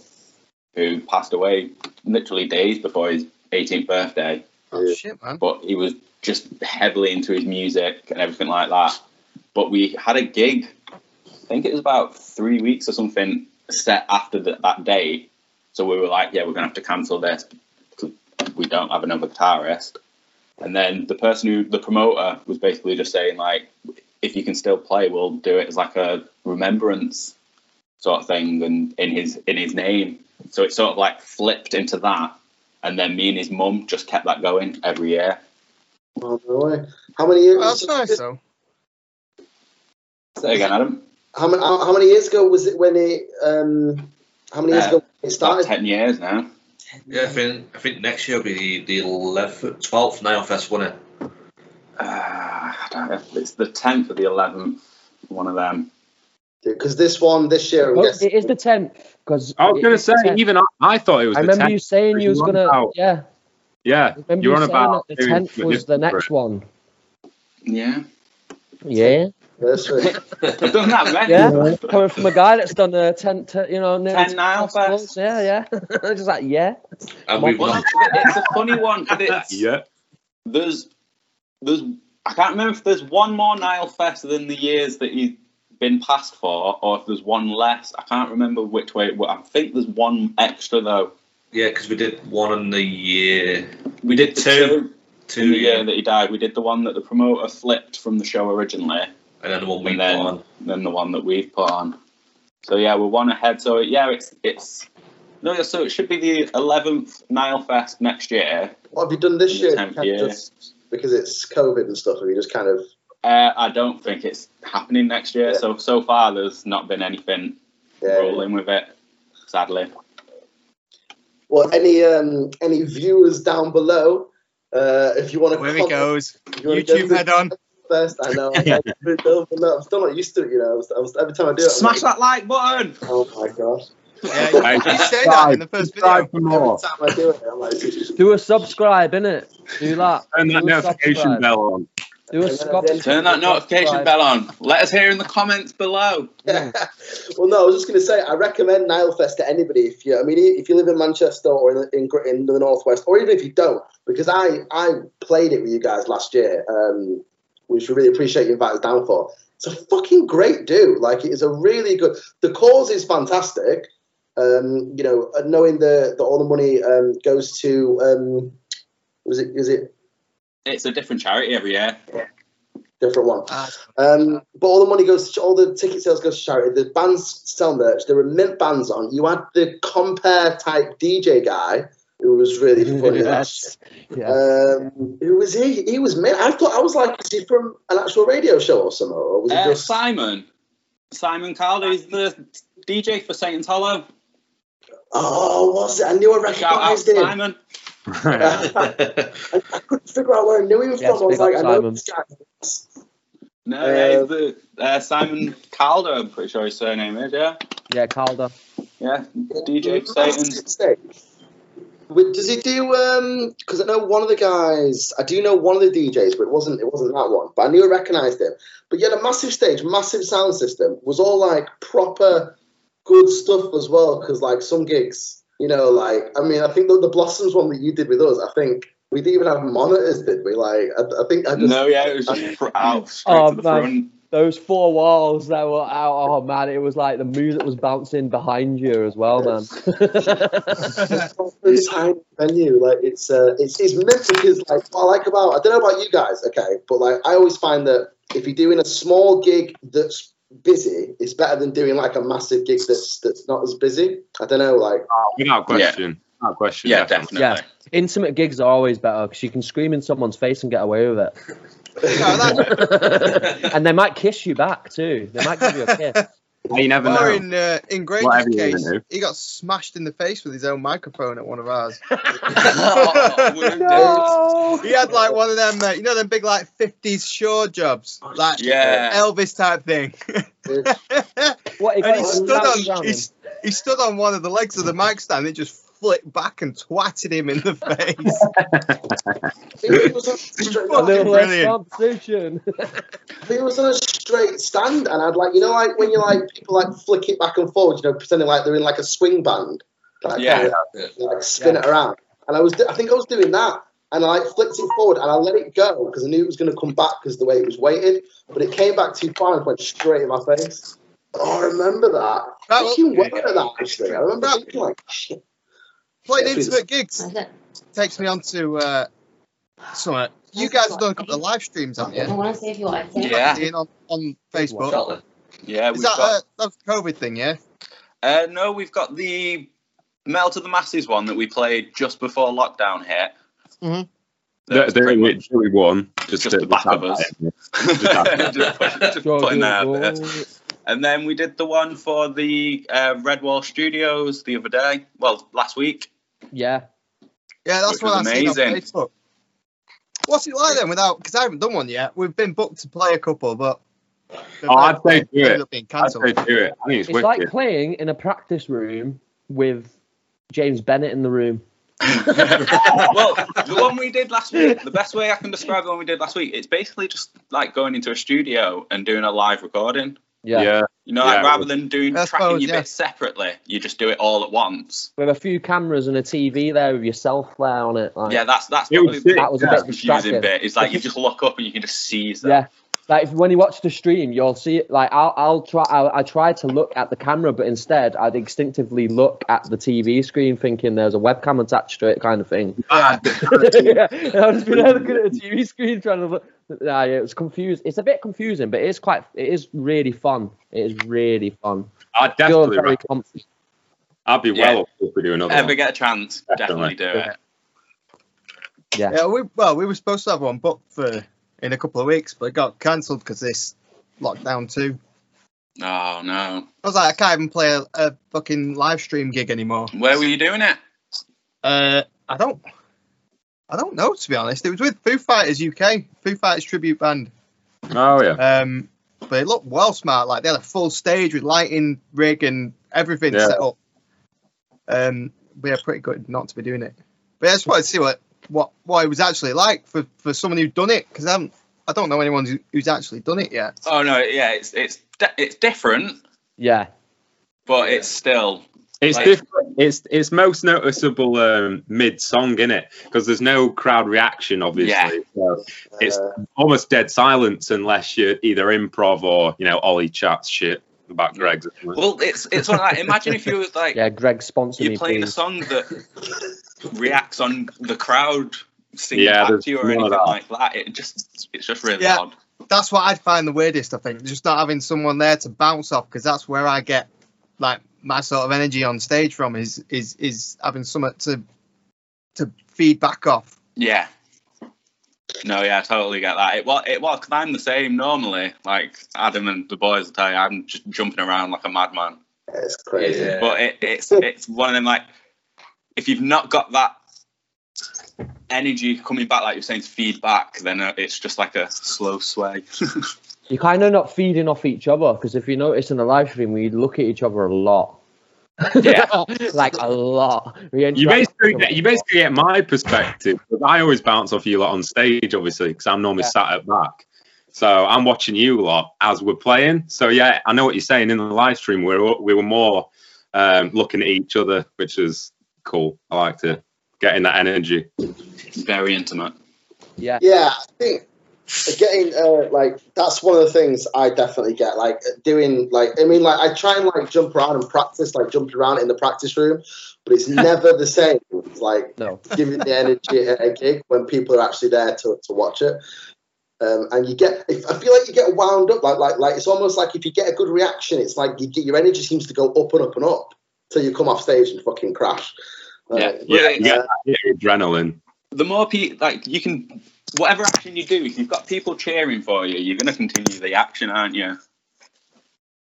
S4: who passed away literally days before his 18th birthday.
S2: Oh shit, man.
S4: But he was just heavily into his music and everything like that. But we had a gig, I think it was about three weeks or something, set after th- that day. So we were like, yeah, we're going to have to cancel this because we don't have another guitarist. And then the person who, the promoter, was basically just saying, like, if you can still play, we'll do it as like a remembrance sort of thing and in his in his name. So it sort of like flipped into that. And then me and his mum just kept that going every year.
S1: Oh, no way. How many years?
S2: Well, that's nice though.
S4: Say again, Adam.
S1: How many, how, how many years ago was it when it? Um, how many years
S4: Uh,
S1: ago it
S4: About
S1: started?
S4: ten years now.
S7: yeah, I think I think next year will be the eleventh, twelfth Nile Fest, won't it?
S4: Uh, I don't know. It's the tenth or the eleventh, one of them.
S1: Because this one this year, I'm
S6: Oh,
S1: guessing.
S6: it is the 10th, because
S9: I was going to say, even I, I thought it was
S6: I
S9: the
S6: remember
S9: 10th.
S6: you saying you was
S9: You
S6: going to,
S9: want
S6: yeah,
S9: Yeah,
S6: I remember
S9: You're
S6: you
S9: on
S6: saying
S9: about
S6: that the
S9: doing
S6: 10th
S9: something
S6: was the
S9: different for
S6: next one.
S4: Yeah,
S6: Yeah.
S1: anniversary.
S4: I've done that many.
S6: Yeah, coming from a guy that's done a ten, t- you know, nearly
S4: 10 Nile
S6: festivals.
S4: Fests.
S6: Yeah, yeah. Just like yeah.
S7: And we've
S4: Well,
S7: not.
S4: that's- it's a funny one because it's
S9: yeah,
S4: there's there's I can't remember if there's one more Nile Fest than the years that he's been passed for, or if there's one less. I can't remember which way. It, wa- I think there's one extra though
S7: Yeah, because we did one in the year
S4: We did the
S7: Two.
S4: two in
S7: two,
S4: the year
S7: yeah,
S4: that he died. We did the one that the promoter flipped from the show originally,
S7: and then the one we
S4: and then
S7: won.
S4: then the one that we've put on. So yeah, we're one ahead. So yeah, it's it's no. yeah, So it should be the eleventh Nile Fest next year.
S1: What have you done this
S4: In the
S1: year?
S4: tenth
S1: Can't
S4: year.
S1: just- because it's COVID and stuff, have you just kind of
S4: Uh, I don't think it's happening next year.
S1: Yeah.
S4: So so far, there's not been anything
S1: yeah.
S4: rolling with it. Sadly,
S1: Well, any um, any viewers down below, uh, if you want to
S2: Here it goes.
S1: if you wanna go
S2: YouTube
S1: to
S2: head on.
S1: first, I know. I'm, I'm still not used to it, you know. I'm st- I'm st- every time I do it, I'm
S7: Smash
S1: like,
S7: that like button.
S1: Oh my gosh!
S2: Yeah, you, you say that in the first video.
S9: Subscribe for
S1: Every
S9: more.
S1: time I do it, I'm like, and
S6: Do a subscribe, innit? Do that.
S9: Turn that
S6: Do a
S9: notification
S6: subscribe.
S9: bell on.
S6: Do a
S1: then
S6: scob-
S1: at the end-
S4: turn that notification
S6: subscribe.
S4: bell on. Let us hear in the comments below.
S1: well, no, I was just going to say I recommend Nilefest to anybody. If you, I mean, if you live in Manchester or in in, Gr- in the northwest, or even if you don't, because I I played it with you guys last year, um, which we really appreciate you inviting us down for. It's a fucking great do. Like it is a really good. The cause is fantastic. Um, you know, and knowing the that all the money um, goes to um, was it is it
S4: It's a different charity every year.
S1: different one?
S2: Ah,
S1: Um, but all the money goes to all the ticket sales goes to charity. The bands sell merch. There were mint bands on. You had the compare type DJ guy who was really funny.
S6: yes. yes.
S1: Um, who was he? He was mint. I thought I was like, is he from an actual radio show or something, or was he
S4: Uh,
S1: just?
S4: Simon, Simon Calder is the DJ for Satan's Hollow.
S1: Oh, was it? I knew I
S4: Shout out
S1: recognised him.
S4: Simon.
S1: I, I couldn't figure out where I knew him
S6: Yes,
S1: from. I was
S6: big
S1: like,
S6: up
S1: I know
S6: Simon.
S1: this guy.
S4: No,
S1: Uh,
S4: yeah, he's the uh, Simon Calder. I'm pretty sure his surname is. Yeah,
S6: Yeah, Calder.
S4: yeah, DJ for Satan.
S1: Massive stage. Wait, Does he do? Because I know one of the guys. I do know one of the DJs, but it wasn't. It wasn't that one. But I knew I recognised him. But you had a massive stage, massive sound system. Was all like proper good stuff as well. Because like some gigs, you know, like I mean, I think the, the Blossoms one that you did with us, I think we didn't even have monitors, did we? Like I, I think I just.
S4: No, yeah, it was just fr- out straight
S6: Oh,
S4: to the
S6: man.
S4: front.
S6: Those four walls that were out. Oh man, it was like the music was bouncing behind you as well, man.
S1: It's not really tiny venue. Like it's uh, it's it's meant because like what I like about I don't know about you guys, okay, but like I always find that if you're doing a small gig that's busy, it's better than doing like a massive gig that's that's not as busy. I don't know, like
S9: Without question. Without question.
S4: Yeah, definitely.
S6: Yeah. Intimate gigs are always better because you can scream in someone's face and get away with
S2: No, that's
S6: it. and they might kiss you back too. They might give you a kiss.
S9: Yeah, you never
S2: Or
S9: know.
S2: in, uh, in
S9: Whatever
S2: Granger's
S9: you
S2: case,
S9: do.
S2: he got smashed in the face with his own microphone at one of ours.
S4: Oh, wounded.
S2: He had like one of them, uh, you know, them big like 50s shore jobs, like
S4: Oh, Yeah.
S2: Elvis type thing.
S1: it's-
S6: What if
S2: and
S6: I
S1: Oh,
S2: he stood on
S6: lounged around
S2: he,
S6: him?
S2: s- he stood on one of the legs of the mic stand. It just flipped back and twatted him in the face.
S1: I think it was on a straight,
S6: a
S1: I
S2: Fuck.
S6: little less
S2: Brilliant.
S6: competition.
S1: think it was on a straight stand, and I'd like you know like when you like people like flick it back and forward, you know, pretending like they're in like a swing band. Like,
S4: Yeah.
S1: kinda-
S7: Yeah.
S1: like spin it around. And I was, I think I was doing that, and I like flicked it forward, and I let it go because I knew it was going to come back because the way it was weighted. But it came back too far and went straight in my face. Oh, I remember that.
S2: That
S1: I
S2: was
S1: fucking went at that actually. I remember
S2: That-
S1: looking like shit.
S2: playing intimate gigs. Takes me on to uh, something. You guys have done a couple of live streams, haven't
S10: I
S2: you?
S10: want to see if you want to
S4: Yeah.
S2: Seeing on, on Facebook.
S7: Shortly.
S4: Yeah,
S2: Is
S4: we've
S2: that
S4: got.
S2: uh, that's the COVID thing? Yeah.
S4: Uh, no, we've got the Mel to the Masses one that we played just before lockdown hit.
S2: Mhm.
S4: That's
S9: There
S4: pretty
S9: we
S4: much-
S9: there we won.
S4: Just the back of us. just push- just putting that out there. And then we did the one for the uh, Redwall Studios the other day. Well, last week.
S6: Yeah.
S2: Yeah, that's
S4: Which
S2: what I've
S4: was
S2: seen on
S4: amazing.
S2: Facebook. What's it like then without? Because I haven't done one yet. Weve been booked to play a couple, but
S9: Oh, I'd say do
S2: ended
S9: it.
S2: up being
S9: I'd say
S2: cancelled.
S9: do it. I think it's,
S6: It's like
S9: wicked.
S6: playing in a practice room with James Bennett in the room.
S4: well, the one we did last week, the best way I can describe the one we did last week, it's basically just like going into a studio and doing a live recording.
S6: Yeah.
S9: yeah.
S4: You know, like,
S9: Yeah.
S4: rather than doing
S2: I
S4: tracking
S2: suppose,
S4: your
S2: yeah.
S4: bits separately, you just do it all at once.
S6: With a few cameras and a TV there with yourself there on it. Like,
S4: Yeah, that's that's
S9: It
S4: probably
S9: was
S4: the
S9: sick.
S6: That was a
S9: yeah.
S6: bit
S4: confusing
S6: distracting.
S4: bit. It's like you just look up and you can just see that.
S6: Yeah. Like if, when you watch the stream, you'll see it. Like I'll, I'll try. I'll, I try to look at the camera, but instead I'd instinctively look at the TV screen, thinking there's a webcam attached to it, kind of thing.
S9: Bad.
S6: yeah, I've just been looking at the TV screen trying to look. Nah, yeah, it's confused. It's a bit confusing, but it's quite. It is really fun. It is really fun.
S9: I'd
S6: Feel
S9: definitely.
S6: very
S9: Right.
S6: com-
S9: I'd be
S4: Yeah.
S9: well up if we do another
S4: Ever
S9: one.
S4: get a chance,
S9: Definitely.
S4: definitely do it.
S2: Yeah, we, well, we were supposed to have one booked for in a couple of weeks, but it got cancelled because this lockdown too.
S4: Oh no.
S2: I was like, I can't even play a, a fucking live stream gig anymore.
S4: Where were you doing it?
S2: Uh, I don't, I don't know to be honest. It was with Foo Fighters UK, Foo Fighters tribute band.
S9: Oh yeah.
S2: Um, but it looked well smart. Like they had a full stage with lighting rig and everything
S9: Yeah.
S2: set up. Um, we are pretty good not to be doing it. But I just wanted to see what what what it was actually like for for someone who'd done it because I haven't- I don't know anyone who- who's actually done it yet.
S4: Oh no, yeah, it's it's di- it's different,
S6: yeah,
S4: but it's still
S9: It's
S4: Like-
S9: different. It's it's most noticeable um, mid song, innit? Because there's no crowd reaction, obviously.
S4: Yeah.
S9: So it's
S1: Uh,
S9: almost dead silence unless you're either improv or you know Ollie chats shit about Greg's.
S4: well, it's it's one of that. Imagine if you was like
S6: yeah. Greg sponsor
S4: you're
S6: me,
S4: playing a
S6: please.
S4: song that reacts on the crowd singing
S9: Yeah,
S4: back
S9: there's
S4: to you or
S9: none of
S4: anything
S9: that.
S4: like that. It just it's just really
S2: Yeah.
S4: odd.
S2: That's what I'd find the weirdest. I think just not having someone there to bounce off because that's where I get like my sort of energy on stage from is is is having someone to to feed back off.
S4: Yeah. No, yeah, I totally get that. It was, it was, i I'm the same normally. Like Adam and the boys will tell you, I'm just jumping around like a madman.
S1: it's crazy.
S7: Yeah.
S4: But it, it's it's one of them like, if you've not got that energy coming back, like you're saying, to feed back, then uh, it's just like a slow sway.
S6: You're kind of not feeding off each other because if you notice in the live stream, we look at each other a lot.
S4: Yeah.
S6: like a lot. We
S9: You
S6: interact
S9: basically
S6: with
S9: get, you basically get my perspective. 'cause I always bounce off you lot on stage, obviously, because I'm normally
S6: Yeah.
S9: sat at back. So I'm watching you lot as we're playing. So yeah, I know what you're saying. In the live stream, we were we were more um, looking at each other, which is cool. I like to get in that energy.
S4: Very intimate.
S6: yeah.
S1: Yeah, I think getting uh, like that's one of the things I definitely get. Like doing like I mean like I try and like jump around and practice like jumping around in the practice room, but it's never the same. It's like
S6: No.
S1: giving the energy at a gig when people are actually there to, to watch it. Um, and you get, if, I feel like you get wound up, like like like it's almost like if you get a good reaction, it's like you get your energy seems to go up and up and up till you come off stage and fucking crash.
S4: Yeah.
S1: Like,
S9: Yeah,
S4: But
S9: you get that hit of adrenaline.
S4: the more people like you can whatever action you do if you've got people cheering for you you're going to continue the action aren't you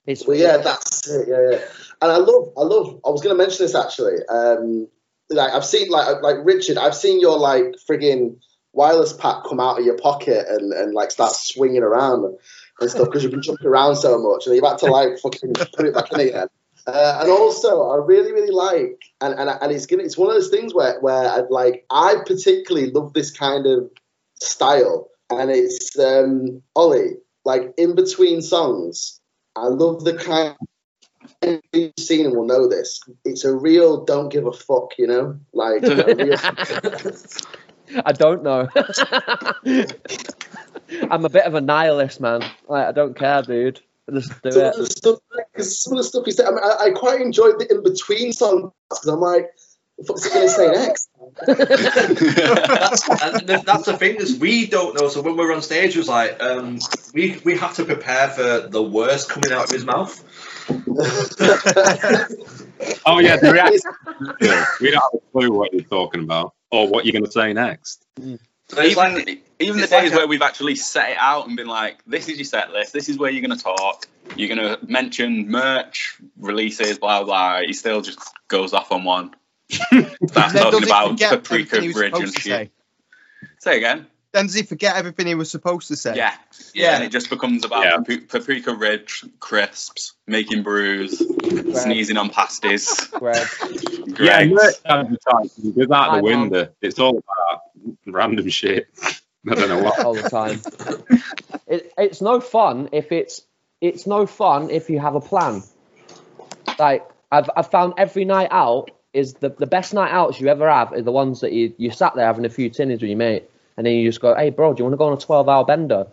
S6: It's
S1: Well, yeah, that's it. Yeah, yeah. And I love, I love. I was going to mention this actually. Um, like I've seen, like like Richard, I've seen your like friggin' wireless pack come out of your pocket and and like start swinging around and stuff because you've been jumping around so much and you're about to like fucking put it back in again. Uh, and also, I really, really like, and and, and it's gonna, it's one of those things where where I'd like, I particularly love this kind of style, and it's um, Ollie, like in between songs, I love the kind you've seen and will know this. It's a real don't give a fuck, you know? Like a real,
S6: I don't know. I'm a bit of a nihilist, man. Like I don't care, dude. Just do
S1: some,
S6: it.
S1: of the stuff, some of the stuff he said, I, mean, I, I quite enjoyed the in between songs because I'm like, what's he gonna say next?
S7: that's, and th- that's the thing is we don't know. So when we were on stage, it was like um, we we have to prepare for the worst coming out of his mouth.
S9: Oh yeah, the reaction. Yeah, we don't have a clue what you're talking about or what you're going to say next.
S7: So it's
S4: even,
S7: like
S4: even the
S7: it's like
S4: days
S7: a-
S4: where we've actually set it out and been like this is your set list this is where you're going to talk you're going to mention merch releases blah blah he still just goes off on one that's
S2: Then does
S4: talking
S2: he
S4: about
S2: forget everything
S4: paprika
S2: he was
S4: bridge and
S2: supposed to
S4: shit
S2: say?
S4: say again
S2: Then does he forget everything he was supposed to say?
S4: yeah
S2: Yeah.
S4: yeah and it just becomes about
S9: Yeah.
S4: paprika, paprika ridge crisps making brews
S6: Greg,
S4: sneezing on pasties
S6: Greg.
S9: Yeah,
S4: Greg's.
S9: merch advertising goes out
S6: Hi,
S9: the
S6: Mom.
S9: window. It's all about random shit. I don't know what.
S6: all the time. It, it's no fun if it's it's no fun if you have a plan. Like I've I've found every night out is the, the best night outs you ever have are the ones that you, you sat there having a few tinnies with your mate and then you just go, Hey bro, do you wanna go on a twelve hour bender?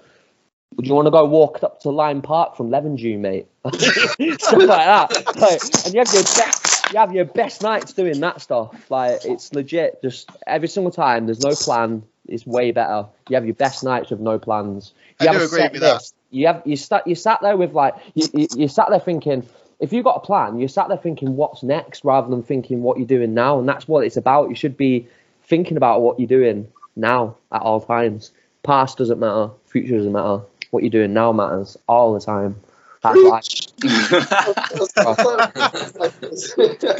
S6: Would you want to go walk up to Lime Park from Levendew, mate? stuff like that. Like, and you have your best, you have your best nights doing that stuff. Like it's legit. Just every single time, there's no plan. It's way better. You have your best nights with no plans. You
S2: I
S6: have
S2: do
S6: a
S2: agree
S6: set
S2: with that.
S6: list. You have you sat you sat there with like you, you, you sat there thinking. If you've got a plan, you're sat there thinking what's next rather than thinking what you're doing now, and that's what it's about. You should be thinking about what you're doing now at all times. Past doesn't matter, future doesn't matter. What you're doing now matters all the time. That's what I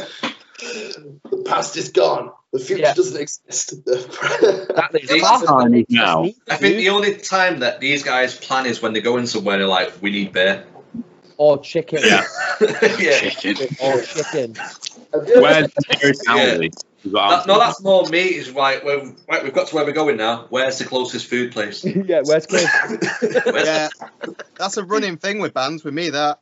S1: the past is gone. The future
S6: Yeah.
S1: doesn't exist.
S6: Exactly.
S7: It's
S6: Half
S9: time
S6: of it
S9: now.
S6: is
S7: I think the
S6: meat
S7: only time that these guys plan is when they're going somewhere and they're like, we need beer.
S6: or chicken
S9: Yeah.
S7: yeah.
S4: Chicken.
S6: or chicken.
S1: Have you
S9: Where's
S1: ever,
S9: the nearest Aldi? Is what I'm
S7: That, no,
S9: thinking.
S7: that's more me. Is like, we're, right, we've got to where we're going now. Where's the closest food place?
S6: yeah, where's chicken?
S7: Where's-
S2: Yeah, that's a running thing with bands. With me, that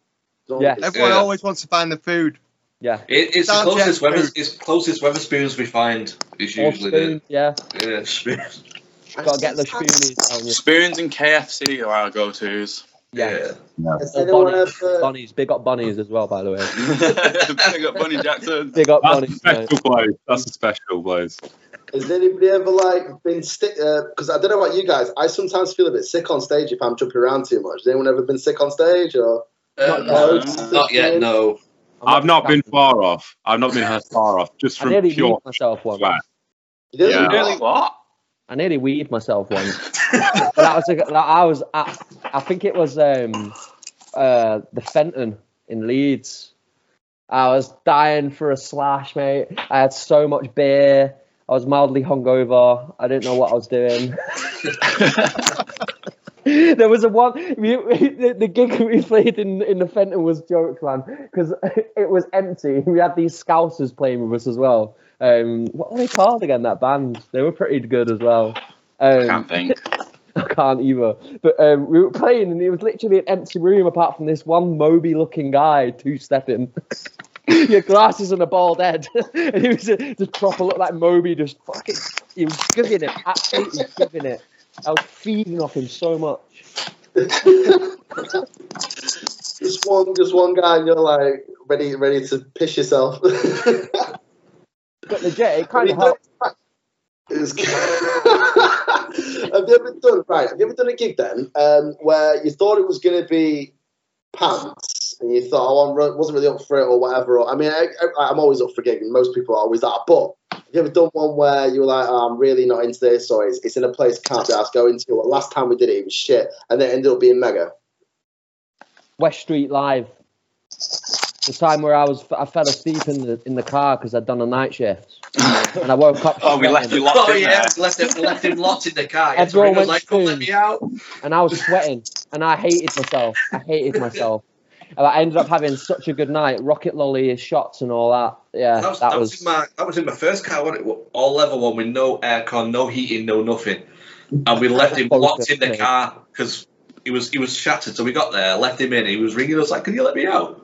S6: Yeah.
S2: everyone
S7: Yeah.
S2: always wants to find the food.
S6: Yeah.
S7: It, it's, the
S2: Sound
S7: closest
S2: check.
S7: weather, it's closest Weatherspoons we find. Is
S6: Or
S7: usually
S6: spoon,
S7: the
S6: yeah.
S7: yeah, spoons.
S6: Gotta get the spoonies on you.
S4: Spoons and KFC are our go tos.
S6: Yeah.
S1: Has
S6: Or
S1: anyone
S6: Bonnies.
S1: ever,
S6: Bonnies. Big up Bonnies as well, by the way.
S4: Big up Bunny Jackson.
S6: Big up
S9: That's a
S6: Bonnies, mate.
S9: special blows. That's a special blows.
S1: has anybody ever like been sick? Because I don't know about you guys. I sometimes feel a bit sick on stage if I'm jumping around too much. Has anyone ever been sick on stage or?
S7: Uh,
S6: Not
S7: no,
S4: yet.
S7: not yet. No.
S6: I'm
S9: I've not been
S6: that-
S9: far off. I've not been as far off. Just
S6: I
S9: from
S6: nearly
S9: pure
S6: weed myself once.
S9: sweat.
S1: You
S9: Yeah.
S1: didn't?
S4: Really? What?
S6: I nearly weed myself once. But that was a, that I was at, I think it was um uh the Fenton in Leeds. I was dying for a slash, mate. I had so much beer. I was mildly hungover. I didn't know what I was doing. there was a one. We, we- the, the gig we played in, in the Fenton was jokes, man, because it was empty. We had these Scousers playing with us as well. Um, what were they called again? That band? They were pretty good as well. Um,
S4: Can't think.
S6: I can't either. But um, we were playing, and it was literally an empty room apart from this one Moby-looking guy two-stepping. Your glasses and a bald head, and he was a, just proper look like Moby. Just fucking, he was giving it, absolutely giving it. I was feeding off him so much.
S1: just one, just one guy, and you're like ready, ready to piss yourself. it
S6: But legit, it kind of helped.
S1: was good. have you ever done right? Have you ever done a gig then um, where you thought it was going to be pants and you thought, oh, I re- wasn't really up for it or whatever? Or I mean, I, I, I'm always up for a gig, and most people are always are. But have you ever done one where you were like, oh, I'm really not into this, or it's, it's in a place can't be asked going to? Or last time we did it, it was shit, and then it ended up being mega.
S6: West Street Live. The time where I was, I fell asleep in the in the car because I'd done a night shift, and I woke up.
S4: oh, we left
S6: sweating.
S4: you locked
S7: oh
S4: in there.
S7: yeah, left him, left him locked in the car. Yeah, so
S6: Everyone
S7: he
S6: went
S7: was like, "Come let
S6: spoons.
S7: me out."
S6: and I was sweating, and I hated myself. I hated myself. And I ended up having such a good night. Rocket lolly shots and all that. Yeah,
S7: That was,
S6: that
S7: that was
S6: was.
S7: in my that was in my first car, wasn't it? All level one with no aircon, no heating, no nothing, and we left him locked in the car because he was he was shattered. So we got there, left him in. He was ringing us like, "Can you let me out?"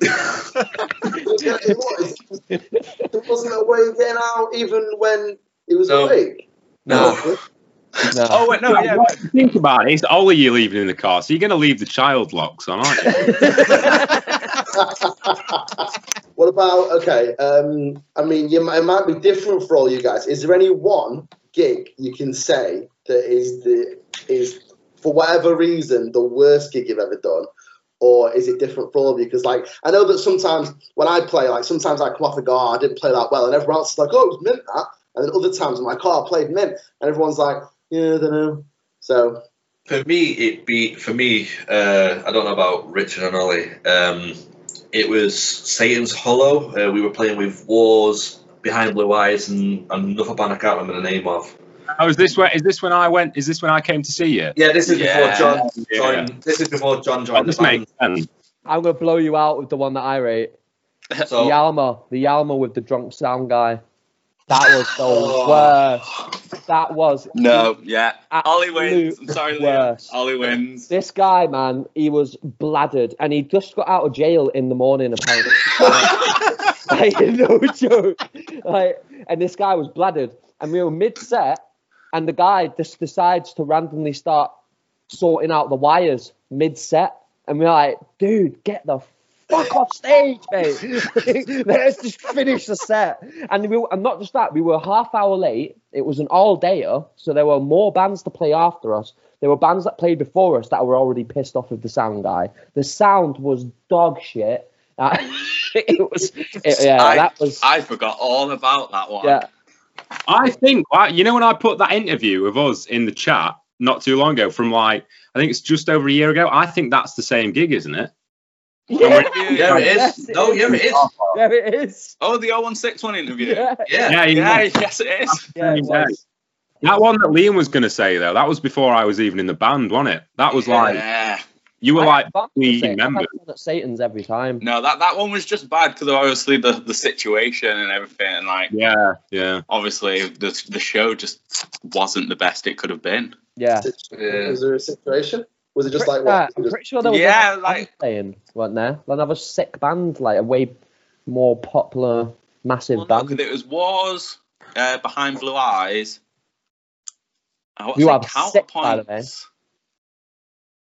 S1: Yeah, it was. There wasn't a way of getting out even when he was
S7: No.
S1: awake.
S7: No.
S6: no.
S9: Oh wait, no, yeah. but Think about it. It's only you leaving in the car, so you're going to leave the child locks on, aren't you?
S1: what about okay? Um, I mean, you, might- it might be different for all you guys. Is there any one gig you can say that is the is for whatever reason the worst gig you've ever done? Or is it different for all of you? Because like I know that sometimes when I play, like sometimes I come off and go, oh, I didn't play that well, and everyone else is like, oh, it was mint that, and then other times I'm like, oh, I played mint, and everyone's like, yeah, I don't know. So
S7: For me, it be for me. Uh, I don't know about Richard and Ollie. Um, it was Satan's Hollow. Uh, we were playing with Wars behind Blue Eyes and, and another band I can't remember the name of.
S9: Oh, is this where? Is this when I went? Is this when I came to see you?
S7: Yeah, this is
S4: Yeah.
S7: before John.
S9: Yeah.
S7: Joined, this is before John
S9: That
S7: joined the
S9: just
S7: band.
S9: makes sense.
S6: I'm gonna blow you out with the one that I rate. The
S7: So
S6: Yalma, the Yalma with the drunk sound guy. That was the
S7: Oh.
S6: worst. That was
S4: No, yeah.
S6: the
S4: Ollie wins. I'm
S6: absolute
S4: sorry, Liam.
S6: worst.
S4: Ollie wins.
S6: This guy, man, he was bladdered, and he just got out of jail in the morning, apparently. like, no joke. Like, and this guy was bladdered, and we were mid set, and the guy just decides to randomly start sorting out the wires mid set, and we're like, dude, get the fuck off stage, mate. Let's just finish the set. And we were, and not just that, we were half hour late. It was an all dayer, so there were more bands to play after us. There were bands that played before us that were already pissed off with the sound guy. The sound was dog shit. Uh, it was, it- yeah,
S4: I-
S6: that was,
S4: I forgot all about that one.
S6: yeah.
S9: I think I, you know when I put that interview of us in the chat not too long ago, from like I think it's just over a year ago. I think that's the same gig, isn't it?
S6: Yeah,
S7: Yeah, it
S6: Yes,
S7: is.
S6: it
S7: No,
S6: is.
S7: yeah, it is.
S6: there it is.
S4: Oh, the 016 one interview.
S6: Yeah,
S7: Yeah.
S9: Yeah, you
S4: Yeah,
S9: know.
S4: yes, it is.
S6: yeah, it
S9: Same day.
S6: was.
S9: That one that Liam was going to say though, that was before I was even in the band, wasn't it? That was like
S4: Yeah.
S9: you were
S6: I
S9: like
S6: had fun with it.
S9: we
S6: I've had
S9: remember.
S6: fun at Satan's every time.
S4: No, that, that one was just bad because obviously the, the situation and everything, and like
S9: Yeah, yeah.
S4: obviously the the show just wasn't the best it could have been.
S6: Yeah.
S7: Yeah.
S1: Was there a situation? Was it just like
S6: Uh,
S1: what?
S6: I'm
S1: Just-
S6: pretty sure there was
S4: Yeah,
S6: another
S4: like-
S6: band playing, weren't there? Another sick band, like a way more popular, massive
S4: Well, no,
S6: band.
S4: 'cause it was Wars, uh, Behind Blue Eyes. I want
S6: You
S4: say
S6: are sick, by the way.
S4: Counterpoints,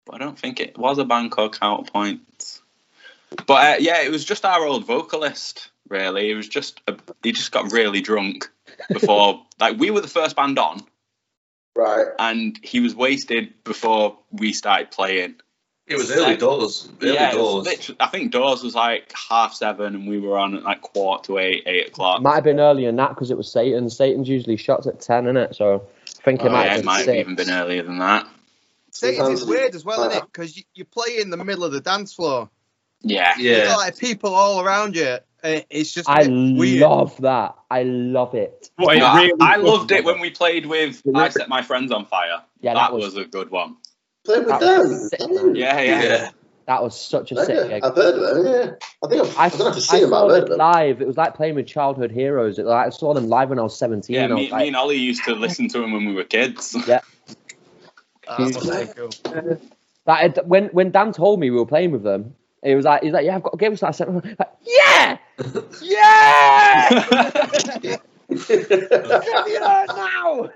S4: But I don't think it was a band called Counterpoints. But uh, yeah, it was just our old vocalist. Really, it was just a, he just got really drunk before. like we were the first band on,
S1: Right.
S4: and he was wasted before we started playing.
S7: It was early doors. Early
S4: yeah, it was
S7: doors.
S4: literally- I think doors was like half seven, and we were on at like quarter to eight, eight o'clock.
S6: Might have been earlier than that because it was Satan. Satan's usually shots at 10, innit? So I think
S4: Oh,
S6: it might
S4: yeah,
S6: have
S4: it
S6: been
S4: might have
S6: six.
S4: even been earlier than that.
S2: Stages is
S1: Sometimes-
S2: weird as well, isn't it? Because you, you play in the middle of the dance floor.
S4: Yeah.
S2: There's
S7: Yeah.
S2: like people all around you. and It's just
S6: I
S2: weird.
S6: love that. I love it.
S9: But it
S4: No, I-
S9: really
S4: I,
S9: was-
S4: loved it when we played with I Set My Friends on Fire.
S6: Yeah,
S4: that,
S6: that was,
S4: was, a good one.
S1: Play with
S6: that
S1: them.
S6: was sick,
S1: Oh,
S6: man.
S4: Yeah, yeah.
S7: Yeah.
S6: that was such a sick
S1: Okay.
S6: gig.
S1: I've heard of them. Yeah. I think I've, I,
S6: I,
S1: I don't know if I've
S6: I
S1: seen them. but
S6: saw
S1: I've heard
S6: them
S1: of them.
S6: live. It was like playing with childhood heroes. It, like, I saw them live when I was 17.
S4: Yeah,
S6: I was
S4: me, me
S6: like,
S4: and Ollie used to listen to him when we were kids.
S2: That must have been cool.
S6: Like it- when when Dan told me we were playing with them, he was like, he's like, yeah, I've got a game. So I said, like, yeah, give me that now.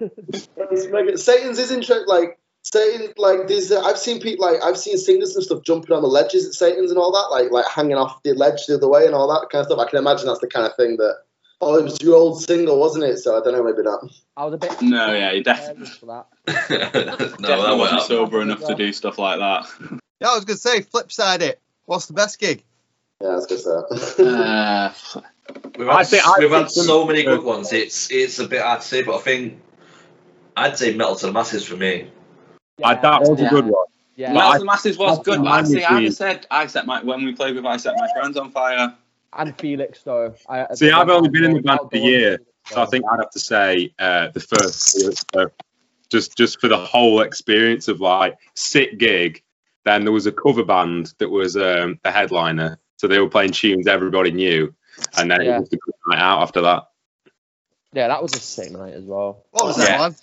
S1: That's mega- Satan's is interesting. Like Satan, like these. Uh, I've seen people, like I've seen singers and stuff jumping on the ledges at Satan's and all that, like like hanging off the ledge the other way and all that kind of stuff. I can imagine that's the kind of thing that. Oh, it was your old single, wasn't it? So I don't know, maybe not.
S6: I was a bit
S9: Oh,
S4: no, yeah, he def-
S6: nervous for that.
S7: no, that
S4: definitely
S7: went
S4: wasn't
S7: up.
S4: sober enough to do stuff like that.
S2: Yeah, I was gonna say, flip side it. What's the best gig?
S1: Yeah, that's good. So.
S4: Uh,
S7: We've
S9: I
S7: had,
S9: think I
S7: we've had
S9: picked them.
S7: so many good ones. It's it's a bit hard to say, but I think I'd say metal to the masses for me.
S9: I, that was a
S4: Yeah.
S9: good one.
S6: Yeah,
S4: Mel
S9: I-
S4: the Masses was
S9: I-
S4: good, but I, see,
S9: I-
S4: I said I set my when we played with I Set My Friends on Fire.
S6: and Felix though. I,
S9: See, I've only been in the band
S6: Outdoors
S9: for a year,
S6: Felix,
S9: So I think I'd have to say uh, the first, uh, just just for the whole experience of like sick gig. Then there was a cover band that was um, the headliner, so they were playing tunes everybody knew, and then
S6: Yeah.
S9: it was the good night out after that.
S6: yeah, that was a sick night as well.
S2: What was
S4: Yeah.
S2: that one?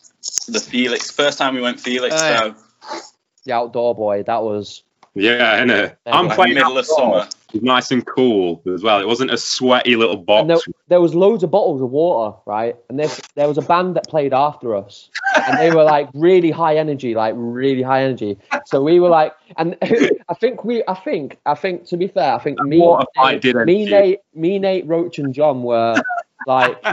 S4: The Felix first time we went Felix,
S2: Oh, yeah.
S4: so
S6: The outdoor boy, that was
S9: Yeah, and uh,
S6: Yeah, like
S9: I'm
S4: like
S9: playing
S4: middle of
S9: outdoors.
S4: summer.
S9: It was nice and cool as well. It wasn't a sweaty little
S6: and there,
S9: box.
S6: there was loads of bottles of water, right? And there, there was a band that played after us, and they were like really high energy, like really high energy. So we were like, and I think we, I think, I think to be fair, I think
S9: And
S6: me,
S9: what if I
S6: Nate-
S9: didn't
S6: me,
S9: do-
S6: Nate, me, Nate, Roach, and John were like.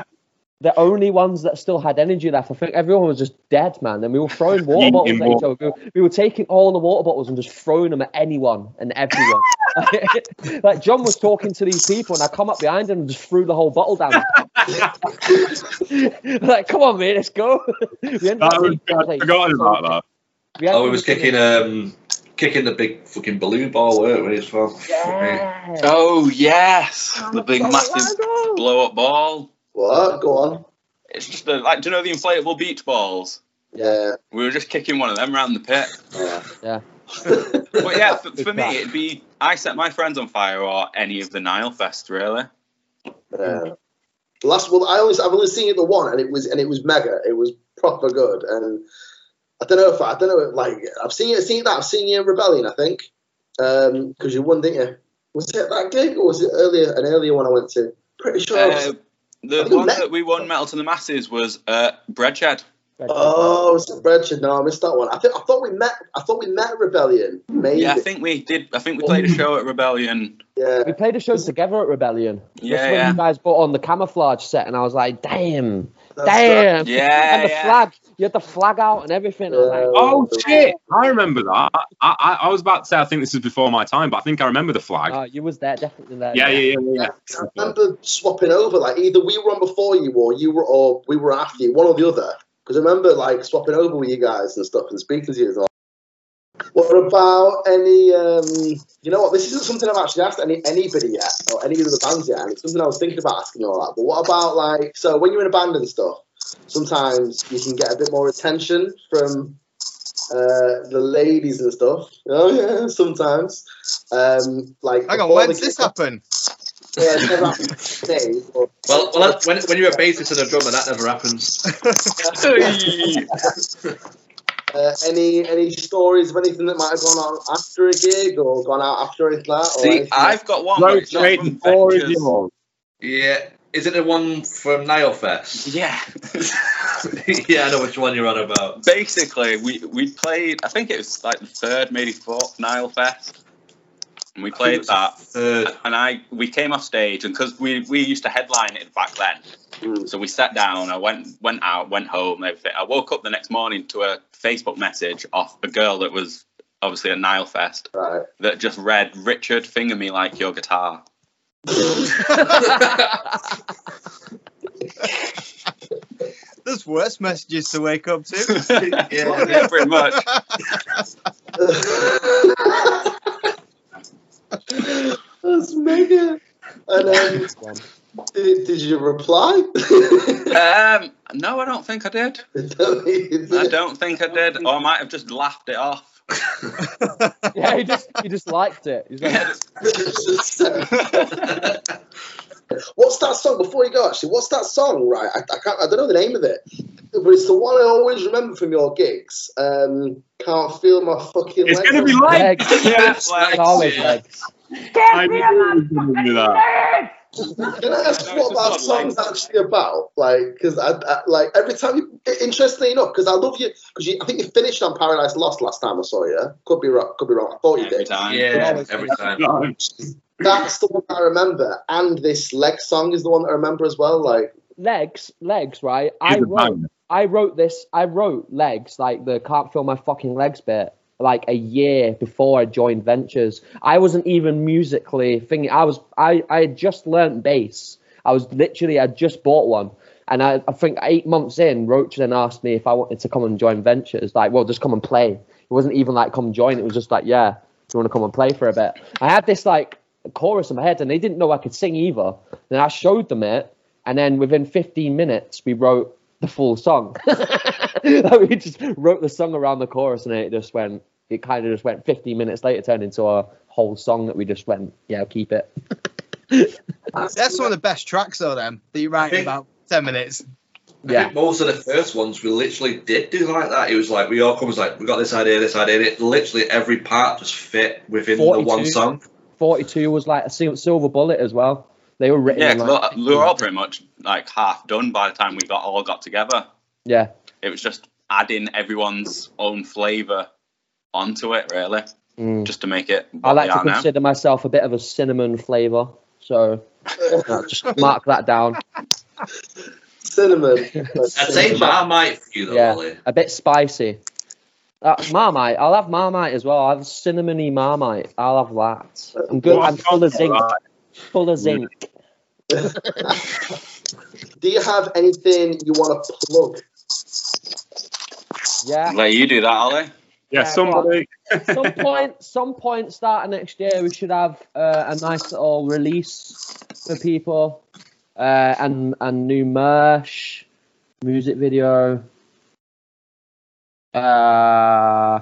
S6: The only ones that still had energy left, I think everyone was just dead, man. And we were throwing water
S9: Eating
S6: bottles at each
S9: water.
S6: other. We were, we were taking all the water bottles and just throwing them at anyone and everyone. like John was talking to these people, and I come up behind him and just threw the whole bottle down. like, come on, mate, let's go. we ended
S9: That
S6: up
S9: was,
S6: being-
S9: I forgot about that.
S6: We ended
S7: Oh, he
S6: up
S7: was
S6: being-
S7: kicking um kicking the big fucking balloon ball, weren't we? As well.
S6: Yeah.
S4: Oh yes, the big massive
S6: Ronaldo.
S4: blow up ball.
S1: what? Go on.
S4: It's just the, like do you know the inflatable beach balls?
S1: Yeah.
S4: We were just kicking one of them around the pit.
S1: Yeah.
S6: Yeah.
S4: But yeah, for,
S6: Good
S4: for
S6: crack.
S4: me, it'd be I set my friends on fire or any of the Nile Fest, really. Hmm.
S1: Yeah. Last uh, well, I always I've only seen it the one, and it was and it was mega. It was proper good, and I don't know if I, I don't know like I've seen it, seen that I've seen you in Rebellion, I think, because you won, didn't you? Was it that gig or was it earlier an earlier one I went to? Pretty sure. I was-
S4: Uh, the
S1: think
S4: one
S1: that-
S4: that we won Metal to the Masses was uh, Breadshed.
S1: Oh, it's a Bradford. No, I missed that one. I think I thought we met. I thought we met Rebellion. Maybe.
S4: Yeah, I think we did. I think we played a show at Rebellion.
S1: Yeah.
S6: We played a show together at Rebellion.
S4: Yeah,
S6: That's when
S4: yeah.
S6: you guys put on the camouflage set, and I was like, damn,
S1: that's right.
S6: damn.
S4: Yeah,
S6: and the
S4: yeah.
S6: flag, you had the flag out and everything. I was like,
S9: Oh shit! I remember that. I, I, I was about to say I think this is before my time, but I think I remember the flag.
S6: oh, you was there, definitely there.
S9: yeah, yeah, yeah, yeah.
S1: I remember swapping over. Like either we were on before you, or you were, or we were after you. One or the other. Because I remember like swapping over with you guys and stuff, and speaking to you. And all. What about any? um You know what? This isn't something I've actually asked any anybody yet, or any of the bands yet. And it's something I was thinking about asking you all that. But what about like? So when you're in a band and stuff, sometimes you can get a bit more attention from uh the ladies and stuff. Oh yeah, sometimes. Um Like
S2: Hang on,
S1: before
S2: when
S1: the
S2: does this
S1: gig-
S2: happen?
S1: yeah, it's never happened to me, but-
S7: Well, well that, when, when you're a bassist and a drummer, that never happens.
S1: Uh, any any stories of anything that might have gone on after a gig or gone out after that? Or
S4: See,
S1: anything like-
S4: I've got one. but it's not from Ventures.
S7: Yeah. Is it the one from Niofest?
S4: Yeah.
S7: yeah, I know which one you're on about.
S4: Basically, we we played. I think it was like the third, maybe fourth Nile Fest, and we played that.
S7: Third.
S4: And I we came off stage, and because we we used to headline it back then,
S1: Mm.
S4: so we sat down. I went went out, went home, and everything. I woke up the next morning to a Facebook message off a girl that was obviously at Nile Fest
S1: Right.
S4: that just read, "Richard, finger me like your guitar."
S2: There's worse messages to wake up to.
S4: yeah,
S7: Yeah.
S4: pretty much.
S1: That's mega. And um, did, did you reply?
S7: Uh,
S4: Um, no, I don't think I did. I
S1: I
S4: don't think I did, or I might have just laughed it off.
S6: yeah. He just, he just liked it. He's like,
S1: What's that song? Before you go, actually, what's that song? Right, I, I can't. I don't know the name of it, but it's the one I always remember from your gigs. Um, can't feel my fucking.
S9: It's
S1: legs.
S9: gonna be like.
S6: legs,
S9: Yeah,
S6: it's
S4: Like,
S6: always
S4: yeah.
S6: legs.
S9: I knew it was gonna be that.
S1: Can I ask what
S4: No, it's just
S1: that
S4: not
S1: song's
S4: like-
S1: actually about? Like, because I, I like every time you. Interestingly enough, because I love you. Because you, I think you finished on Paradise Lost last time I saw you. Could be wrong. Could be wrong. I thought you
S4: Every
S1: did.
S4: time.
S7: Yeah, every time.
S9: No,
S1: That's the one I remember, and this leg song is the one that I remember as well. Like,
S6: Legs, legs, right? I
S9: it's a
S6: wrote,
S9: banger.
S6: I wrote this. I wrote legs, like the can't feel my fucking legs bit, like a year before I joined Ventures. I wasn't even musically thinking. I was, I, I had just learnt bass. I was literally, I just bought one, and I, I think eight months in, Roach then asked me if I wanted to come and join Ventures. Like, well, just come and play. It wasn't even like come join. It was just like, yeah, do you want to come and play for a bit? I had this like chorus in my head, and they didn't know I could sing either. Then I showed them it, and then within 15 minutes, we wrote the full song. like we just wrote the song around the chorus, and it just went. It kind of just went 15 minutes later, turned into a whole song that we just went, yeah, I'll keep it.
S2: That's one of the best tracks, though, them, that you write in about 10 minutes.
S7: I think most of the first ones we literally did do like that. It was like we all come was like we got this idea, this idea. and It literally every part just fit within the one
S6: 42.
S7: song.
S6: 42 was like a sil- silver bullet as well. They were written.
S4: Yeah,
S6: in,
S4: 'cause
S6: like,
S4: we we were all pretty much like half done by the time we got all got together.
S6: yeah.
S4: It was just adding everyone's own flavour onto it, really,
S6: Mm.
S4: just to make it
S6: I
S4: what
S6: like
S4: they
S6: to
S4: are now.
S6: consider myself a bit of a cinnamon flavour, so uh, just mark that down.
S1: cinnamon.
S7: I'd say Marmite for you though,
S6: Yeah.
S7: Ollie.
S6: A bit spicy. Uh, marmite. I'll have marmite as well. I'll have cinnamony marmite. I'll have that. I'm good.
S9: What
S6: I'm full of zinc. Full of zinc.
S1: Do you have anything you want to plug?
S6: Yeah.
S4: Let you do that, Ollie.
S9: Yeah, somebody.
S6: Some point. Some point. Starting next year, we should have uh, a nice little release for people. Uh, and and new merch, music video. Uh,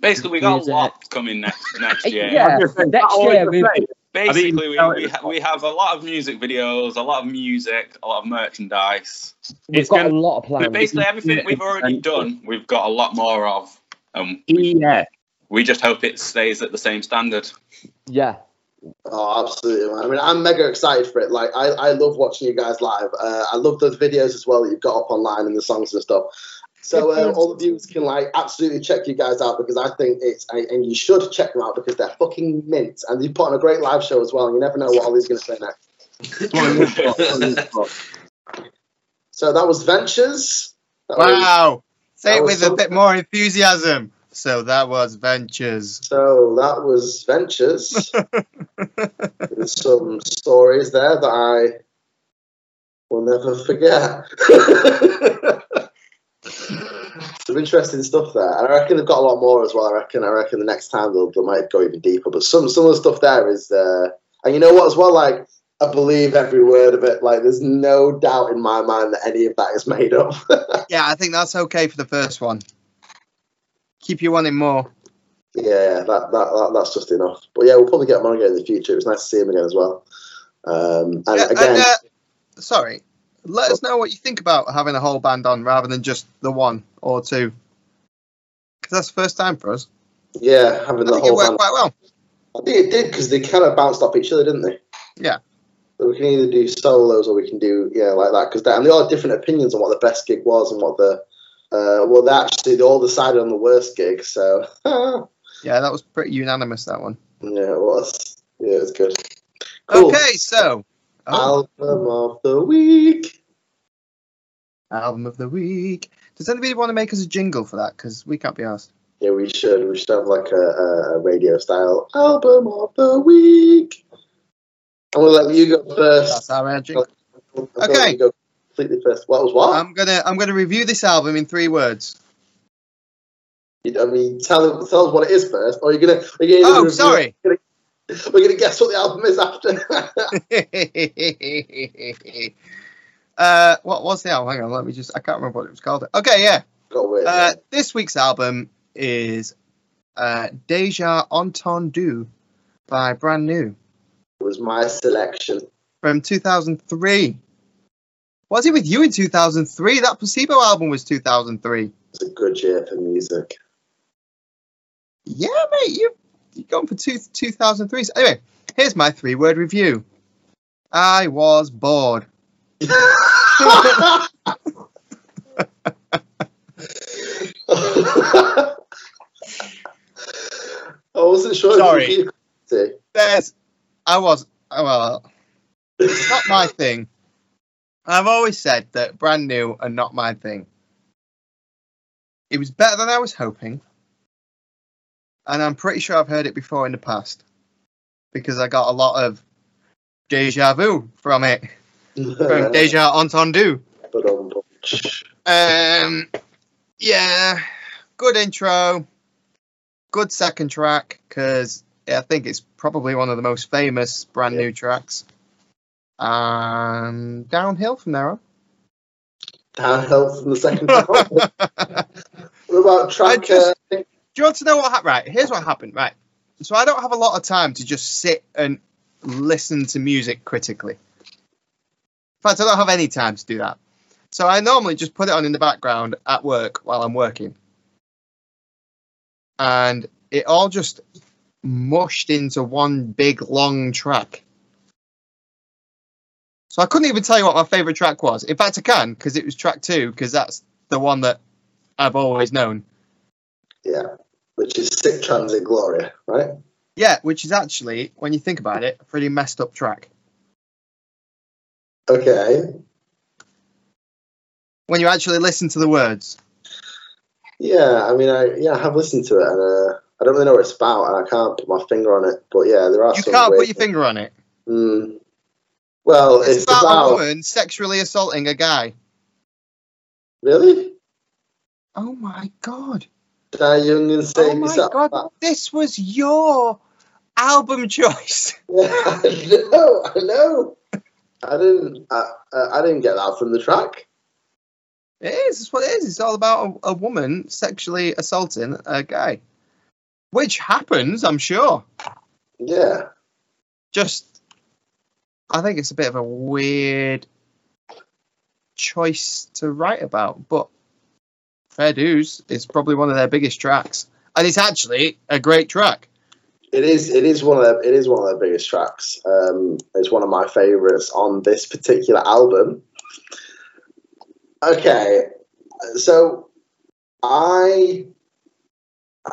S4: Basically, we got a
S6: Music.
S4: lot coming next next year.
S6: Yeah,
S9: I'm just saying,
S6: next
S9: that always
S6: year
S9: the
S6: we've-
S9: same. didn't
S4: Basically, we,
S9: tell it
S4: we,
S9: was
S4: ha-
S9: hot.
S4: we have a lot of music videos, a lot of music, a lot of merchandise.
S6: we've
S9: It's
S6: got
S9: gonna-
S6: a lot of
S4: But
S6: plans.
S4: basically, everything we've already done, we've got a lot more of. Um,
S9: Yeah.
S4: we just hope it stays at the same standard.
S6: Yeah.
S1: Oh, absolutely, man. I mean, I'm mega excited for it. Like, I, I love watching you guys live. Uh, I love those videos as well that you've got up online and the songs and stuff. So uh, all the viewers can like absolutely check you guys out because I think it's I, and you should check them out because they're fucking mint and you put on a great live show as well. And you never know what Ollie's going to say next. So that was Ventures. That was-
S2: Wow. Say
S1: that
S2: it
S1: was
S2: with a bit
S1: something.
S2: more enthusiasm. So that was Ventures.
S1: so that was Ventures. There's some stories there that I will never forget. some interesting stuff there, and I reckon they've got a lot more as well. I reckon. I reckon the next time they'll, they might go even deeper. But some some of the stuff there is, uh, and you know what as well, like. I believe every word of it. Like, there's no doubt in my mind that any of that is made up.
S2: Yeah, I think that's okay for the first one. Keep you wanting more.
S1: Yeah, that, that, that that's just enough. But yeah, we'll probably get him on again in the future. It was nice to see him again as well. Um, and
S2: Yeah, and,
S1: again,
S2: uh, sorry. Let us know what you think about having a whole band on rather than just the one or two. Because that's the first time for us.
S1: yeah, having
S2: I
S1: the
S2: think it
S1: whole
S2: worked
S1: band.
S2: quite well.
S1: I think it did because they kind of bounced off each other, didn't they?
S2: Yeah.
S1: So we can either do solos or we can do yeah like that because and they all had different opinions on what the best gig was and what the uh, well they actually they all decided on the worst gig. So
S2: Yeah, that was pretty unanimous, that one.
S1: yeah, it was yeah, it was good. Cool.
S2: Okay, so. Oh,
S1: Album of the week.
S2: album of the week. Does anybody want to make us a jingle for that? Because we can't be asked.
S1: Yeah, we should. We should have like a, a a radio style album of the week. I'm gonna let you go first.
S2: That's our uh, jingle.
S1: I'm gonna let
S2: okay. Um,
S1: You go completely first. What was what?
S2: I'm gonna I'm gonna review this album in three words.
S1: You- I mean, tell tell us what it is first, or you're gonna. Are you gonna
S2: Oh,
S1: review-
S2: sorry.
S1: We're gonna guess what the album is after.
S2: uh, what was the album? Hang on, let me just. I can't remember what it was called. Okay, yeah.
S1: Got weird.
S2: Uh, this week's album is uh, Deja Entendu by Brand New
S1: it was my selection.
S2: from 2003. Was it with you in 2003? That Placebo album was 2003.
S1: It's a good year for music.
S2: Yeah, mate, you you going for two two thousand three. Anyway, here's my three word review. I was bored.
S1: I wasn't sure. if
S2: Sorry.
S1: you could see.
S2: There's I was oh, well it's not my thing. I've always said that brand new are not my thing. It was better than I was hoping. And I'm pretty sure I've heard it before in the past. Because I got a lot of deja vu from it. From deja entendu.
S1: But um,
S2: Um, yeah, good intro, good second track because I think it's probably one of the most famous brand new tracks. Um, downhill from there on.
S1: downhill from the second time. what
S2: Do
S1: about
S2: I
S1: track?
S2: just-
S1: uh,
S2: you want to know what happened? Right, here's what happened. Right, so I don't have a lot of time to just sit and listen to music critically. In fact, I don't have any time to do that. So I normally just put it on in the background at work while I'm working. And it all just mushed into one big long track. So I couldn't even tell you what my favorite track was. In fact, I can because it was track two because that's the one that I've always known.
S1: yeah, which is Sick Transit Gloria, right?
S2: Yeah, which is actually, when you think about it, a pretty messed up track.
S1: Okay.
S2: When you actually listen to the words.
S1: Yeah, I mean, I yeah, I have listened to it, and uh, I don't really know what it's about, and I can't put my finger on it. But yeah, there are
S2: You
S1: some.
S2: can't put
S1: weird-
S2: your finger on it.
S1: Mm. Well, it's,
S2: It's
S1: about,
S2: about a woman sexually assaulting a guy.
S1: really.
S2: Oh my god.
S1: Die Young and Save
S2: Oh my
S1: Yourself.
S2: god, this was your album choice.
S1: Yeah, I know, I know. I didn't, I, I I didn't get that from the track.
S2: It is. It's what it is. It's all about a, a woman sexually assaulting a guy, which happens, I'm sure.
S1: Yeah,
S2: Just, I think it's a bit of a weird choice to write about, but fair dues. It's probably one of their biggest tracks, and it's actually a great track.
S1: it is. It is one of their, it is one of their biggest tracks. Um, it's one of my favorites on this particular album. Okay, so I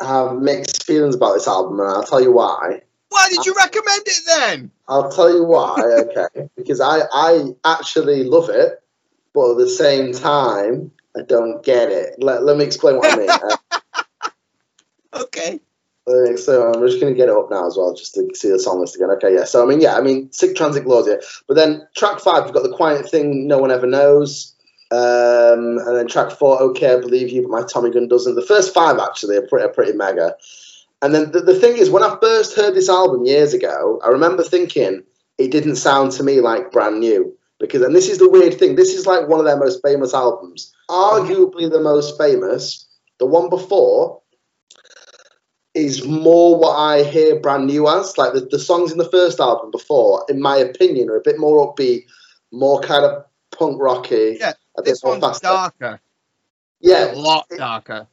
S1: have mixed feelings about this album, and I'll tell you why.
S2: Why did you recommend it then?
S1: I'll tell you why, okay? because I, I actually love it, but at the same time, I don't get it. Let, let me explain what I mean. Uh,
S2: Okay.
S1: Uh, so I'm just going to get it up now as well, just to see the song list again. Okay, yeah. So I mean, yeah, I mean, Sick Transit Gloria. But then track five, we've got the quiet thing no one ever knows. Um, and then track four, okay, I believe you, but my Tommy gun doesn't. The first five actually are pretty, are pretty mega. And then the, the thing is, when I first heard this album years ago, I remember thinking it didn't sound to me like brand new because, and this is the weird thing, this is like one of their most famous albums, arguably the most famous. The one before is more what I hear brand new as. Like the, the songs in the first album before, in my opinion, are a bit more upbeat, more kind of punk rocky.
S2: Yeah,
S1: a bit
S2: This
S1: more
S2: one's
S1: faster.
S2: darker.
S1: Yeah,
S2: A lot darker.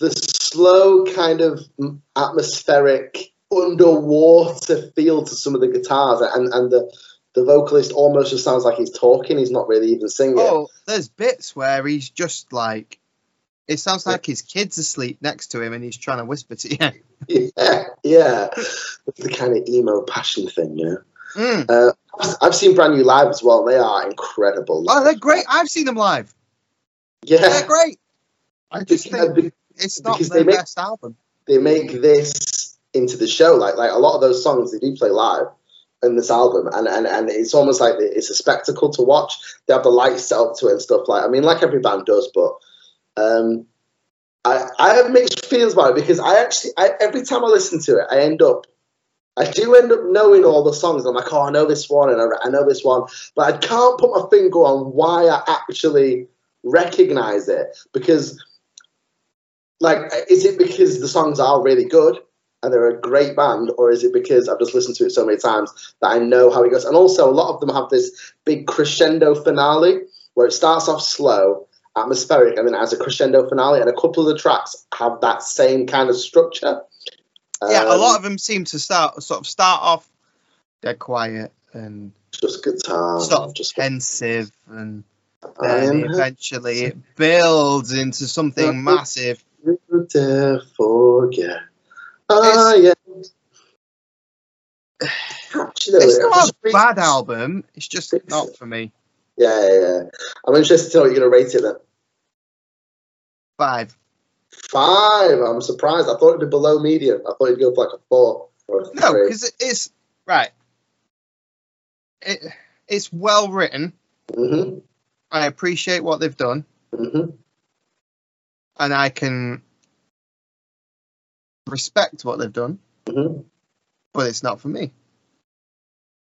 S1: the slow kind of m- atmospheric underwater feel to some of the guitars and, and the, the vocalist almost just sounds like he's talking he's not really even singing
S2: Oh, there's bits where he's just like, it sounds like his kid's asleep next to him and he's trying to whisper to you.
S1: yeah yeah It's the kind of emo passion thing you know
S2: Mm.
S1: i've seen brand new live as well they are incredible
S2: Oh, they're great. I've seen them live.
S1: yeah uh,
S2: They're great. I just
S1: Because-
S2: think it's not
S1: because
S2: their
S1: they make-
S2: best album.
S1: they make this into the show. Like like a lot of those songs they do play live in this album, and and, and it's almost like it's a spectacle to watch. They have the lights set up to it and stuff. Like I mean, like every band does, but um, I I have mixed feelings about it because I actually I, every time I listen to it, I end up. I do end up knowing all the songs. I'm like, oh, I know this one, and I, I know this one, but I can't put my finger on why I actually recognize it because like is it because the songs are really good and they're a great band or is it because i've just listened to it so many times that i know how it goes and also a lot of them have this big crescendo finale where it starts off slow atmospheric and then has a crescendo finale and a couple of the tracks have that same kind of structure
S2: yeah, a
S1: Um,
S2: lot of them seem to start sort of start off dead quiet and
S1: just guitar
S2: sort of
S1: Um, just
S2: pensive and
S1: I'm
S2: then eventually it builds into something massive.
S1: happy to forget Ah, I am- Actually,
S2: It's
S1: I
S2: not
S1: just
S2: a
S1: read-
S2: bad album. It's just not for me.
S1: Yeah, yeah, yeah. I'm interested to know what you're going to rate it then.
S2: Five.
S1: Five. I'm surprised. I thought it'd be below medium. I thought it'd go for like a four or a
S2: No,
S1: three.
S2: because it's right. It it's well written.
S1: Mhm,
S2: I appreciate what they've done,
S1: mhm.
S2: and I can respect what they've done,
S1: Mhm.
S2: but it's not for me.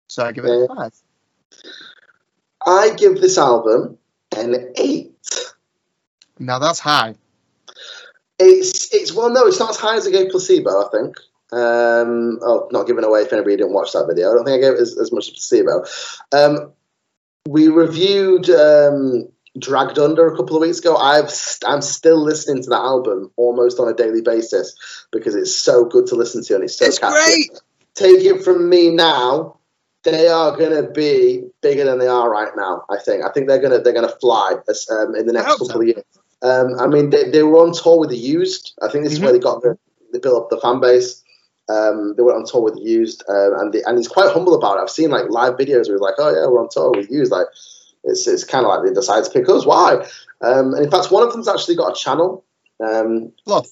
S2: So I give it a five.
S1: I give this album an eight.
S2: Now that's high.
S1: It's it's well, no, it's not as high as I gave Placebo. I think. Um, oh, not giving away if anybody didn't watch that video. I don't think I gave it as, as much as Placebo. Um, we reviewed um, Dragged Under a couple of weeks ago. I've st- I'm still listening to that album almost on a daily basis because it's so good to listen to and it's so
S2: it's
S1: catchy.
S2: great.
S1: take it from me now, they are going to be bigger than they are right now. I think. I think they're going to they're going to fly as, um, in the
S2: I
S1: next
S2: hope
S1: couple
S2: so.
S1: of years. Um, I mean, they, they were on tour with the Used. I think this is where
S2: Mm-hmm.
S1: they got the, they built up the fan base. Um, they went on tour with the Used, um, and the, and he's quite humble about it. I've seen like live videos where he's like, "Oh yeah, we're on tour with Used." Like, it's it's kind of like they decided to pick us. Why? Um, and in fact, one of them's actually got a channel, um,
S2: Fluff.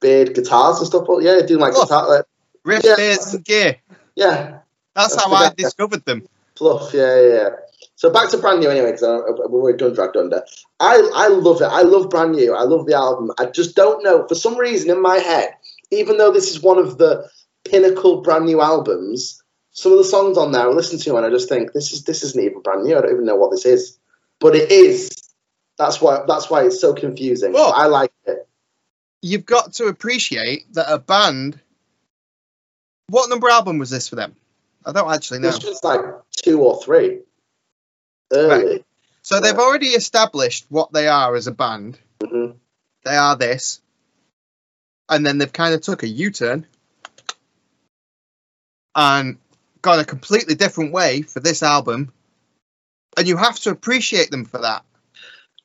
S1: Beard Guitars and stuff. Oh, yeah, doing like
S2: Oh.
S1: guitar. Like,
S2: Riff
S1: Yeah.
S2: beards and gear.
S1: yeah,
S2: That's
S1: That's
S2: how
S1: the
S2: I
S1: guy.
S2: discovered them.
S1: Fluff, yeah, yeah, yeah. So back to brand new anyway, because we're already done dragged under. I, I love it. I love brand new. I love the album. I just don't know for some reason in my head, even though this is one of the pinnacle brand new albums, some of the songs on there I listen to and I just think this is this isn't even brand new. I don't even know what this is, but it is. That's why that's why it's so confusing.
S2: Well-
S1: I like it.
S2: You've got to appreciate that a band. What number album was this for them? I don't actually know.
S1: It's just like two or three early.
S2: So they've already established what they are as a band.
S1: Mhm.
S2: They are this, and then they've kind of took a U-turn and gone a completely different way for this album, and you have to appreciate them for that.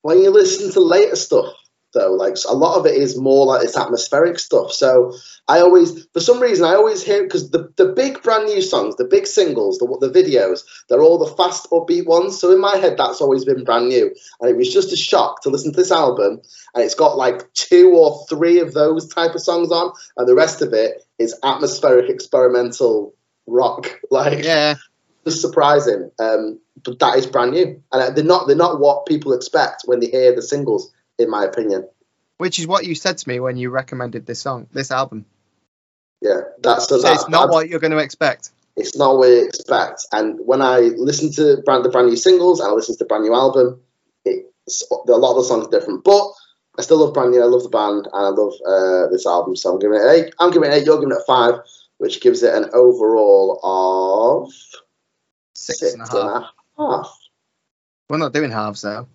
S1: When you listen to later stuff, though. Like a lot of it is more like it's atmospheric stuff. So I always, for some reason, I always hear because the, the big brand new songs, the big singles, the the videos, they're all the fast upbeat ones. So in my head, that's always been brand new, and it was just a shock to listen to this album, and it's got like two or three of those type of songs on, and the rest of it is atmospheric experimental rock. Like
S2: Yeah.
S1: was surprising. Um, but that is brand new, and uh, they're not they're not what people expect when they hear the singles, in my opinion.
S2: Which is what you said to me when you recommended this song, this album.
S1: Yeah, that's so
S2: So
S1: that's
S2: it's not
S1: that's-
S2: what you're going to expect.
S1: it's not what you expect. And when I listen to brand the brand new singles and I listen to the brand new album, it's a lot of the songs are different, but. I still love brand new. I love the band, and I love uh, this album. So I'm giving it an eight. I'm giving it an eight. You're giving it a five, which gives it an overall of
S2: Six and a half.
S1: half.
S2: We're not doing halves though.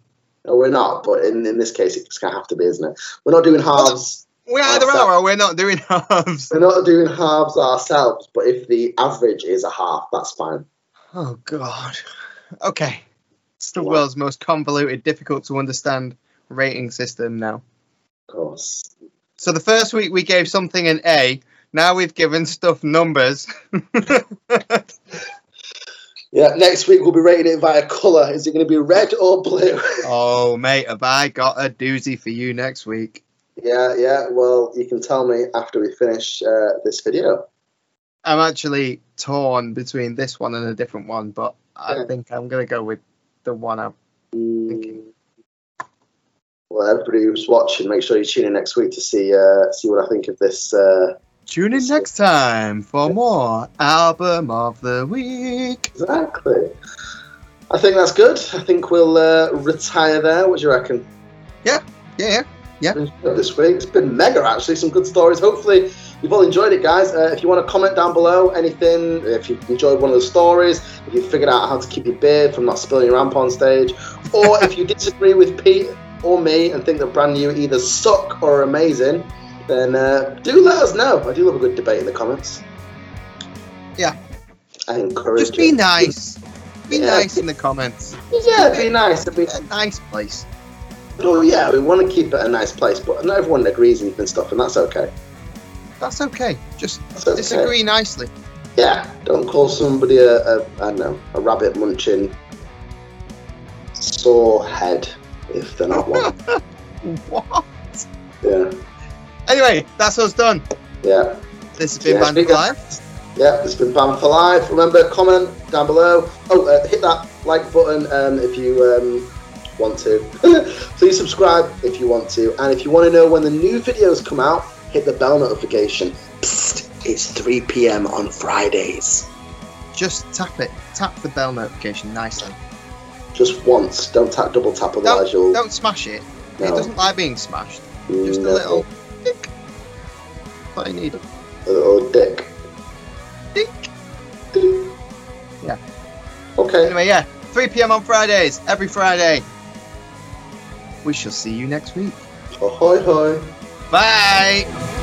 S1: No, we're not, but in, in this case, it's going to have to be, isn't it? We're not doing halves.
S2: We either
S1: Half
S2: are or we're not doing halves.
S1: We're not doing halves ourselves, but if the average is a half, that's fine.
S2: Oh god. Okay. It's the
S1: Wow.
S2: world's most convoluted, difficult to understand rating system now.
S1: Of course.
S2: So the first week we gave something an A. Now we've given stuff numbers.
S1: Yeah, next week we'll be rating it via colour. Is it going to be red or blue?
S2: oh mate, have I got a doozy for you next week?
S1: yeah, yeah. Well, you can tell me after we finish uh, this video.
S2: I'm actually torn between this one and a different one, but I
S1: Yeah.
S2: think I'm gonna go with the one I'm
S1: Mm. Well, everybody who's watching, make sure you tune in next week to see uh, see what I think of this. Uh,
S2: Tune in next time for more album of the week.
S1: exactly. I think that's good. I think we'll uh, retire there. What do you reckon?
S2: Yeah,
S1: this week. It's been mega, actually. Some good stories. Hopefully, you've all enjoyed it, guys. Uh, if you want to comment down below anything, if you enjoyed one of the stories, if you figured out how to keep your beard from not spilling your amp on stage, or if you disagree with Pete or me and think that brand new either suck or are amazing, then uh, do let us know. I do love a good debate in the comments.
S2: Yeah.
S1: I encourage
S2: just be
S1: it.
S2: nice. Be
S1: Yeah.
S2: nice in the comments.
S1: Yeah, be nice. Be,
S2: A nice place.
S1: oh, yeah, we want to keep it a nice place, but not everyone agrees and stuff, and that's okay.
S2: That's okay. Just
S1: That's okay.
S2: disagree nicely.
S1: Yeah, don't call somebody a, a I don't know, a rabbit munching sore head if they're not one.
S2: What?
S1: yeah,
S2: Anyway, that's us done.
S1: yeah,
S2: This has been
S1: Yeah,
S2: Bandit
S1: speak up.
S2: Live.
S1: yeah. It's been banned for life. Remember, comment down below. Oh, uh, hit that like button um, if you um, want to. Please subscribe if you want to, and if you want to know when the new videos come out, hit the bell notification. Psst, it's 3 p.m. on Fridays.
S2: Just tap it. Tap the bell notification nicely.
S1: Just once. Don't tap double tap, otherwise you'll.
S2: Don't smash it. It
S1: No.
S2: doesn't like being smashed. Just a
S1: No.
S2: little tick. What I need.
S1: A little dick.
S2: Dick.
S1: Ding.
S2: Yeah.
S1: Okay.
S2: Anyway, yeah. 3 p.m. on Fridays. Every Friday. We shall see you next week.
S1: Ahoy, hoy.
S2: Bye.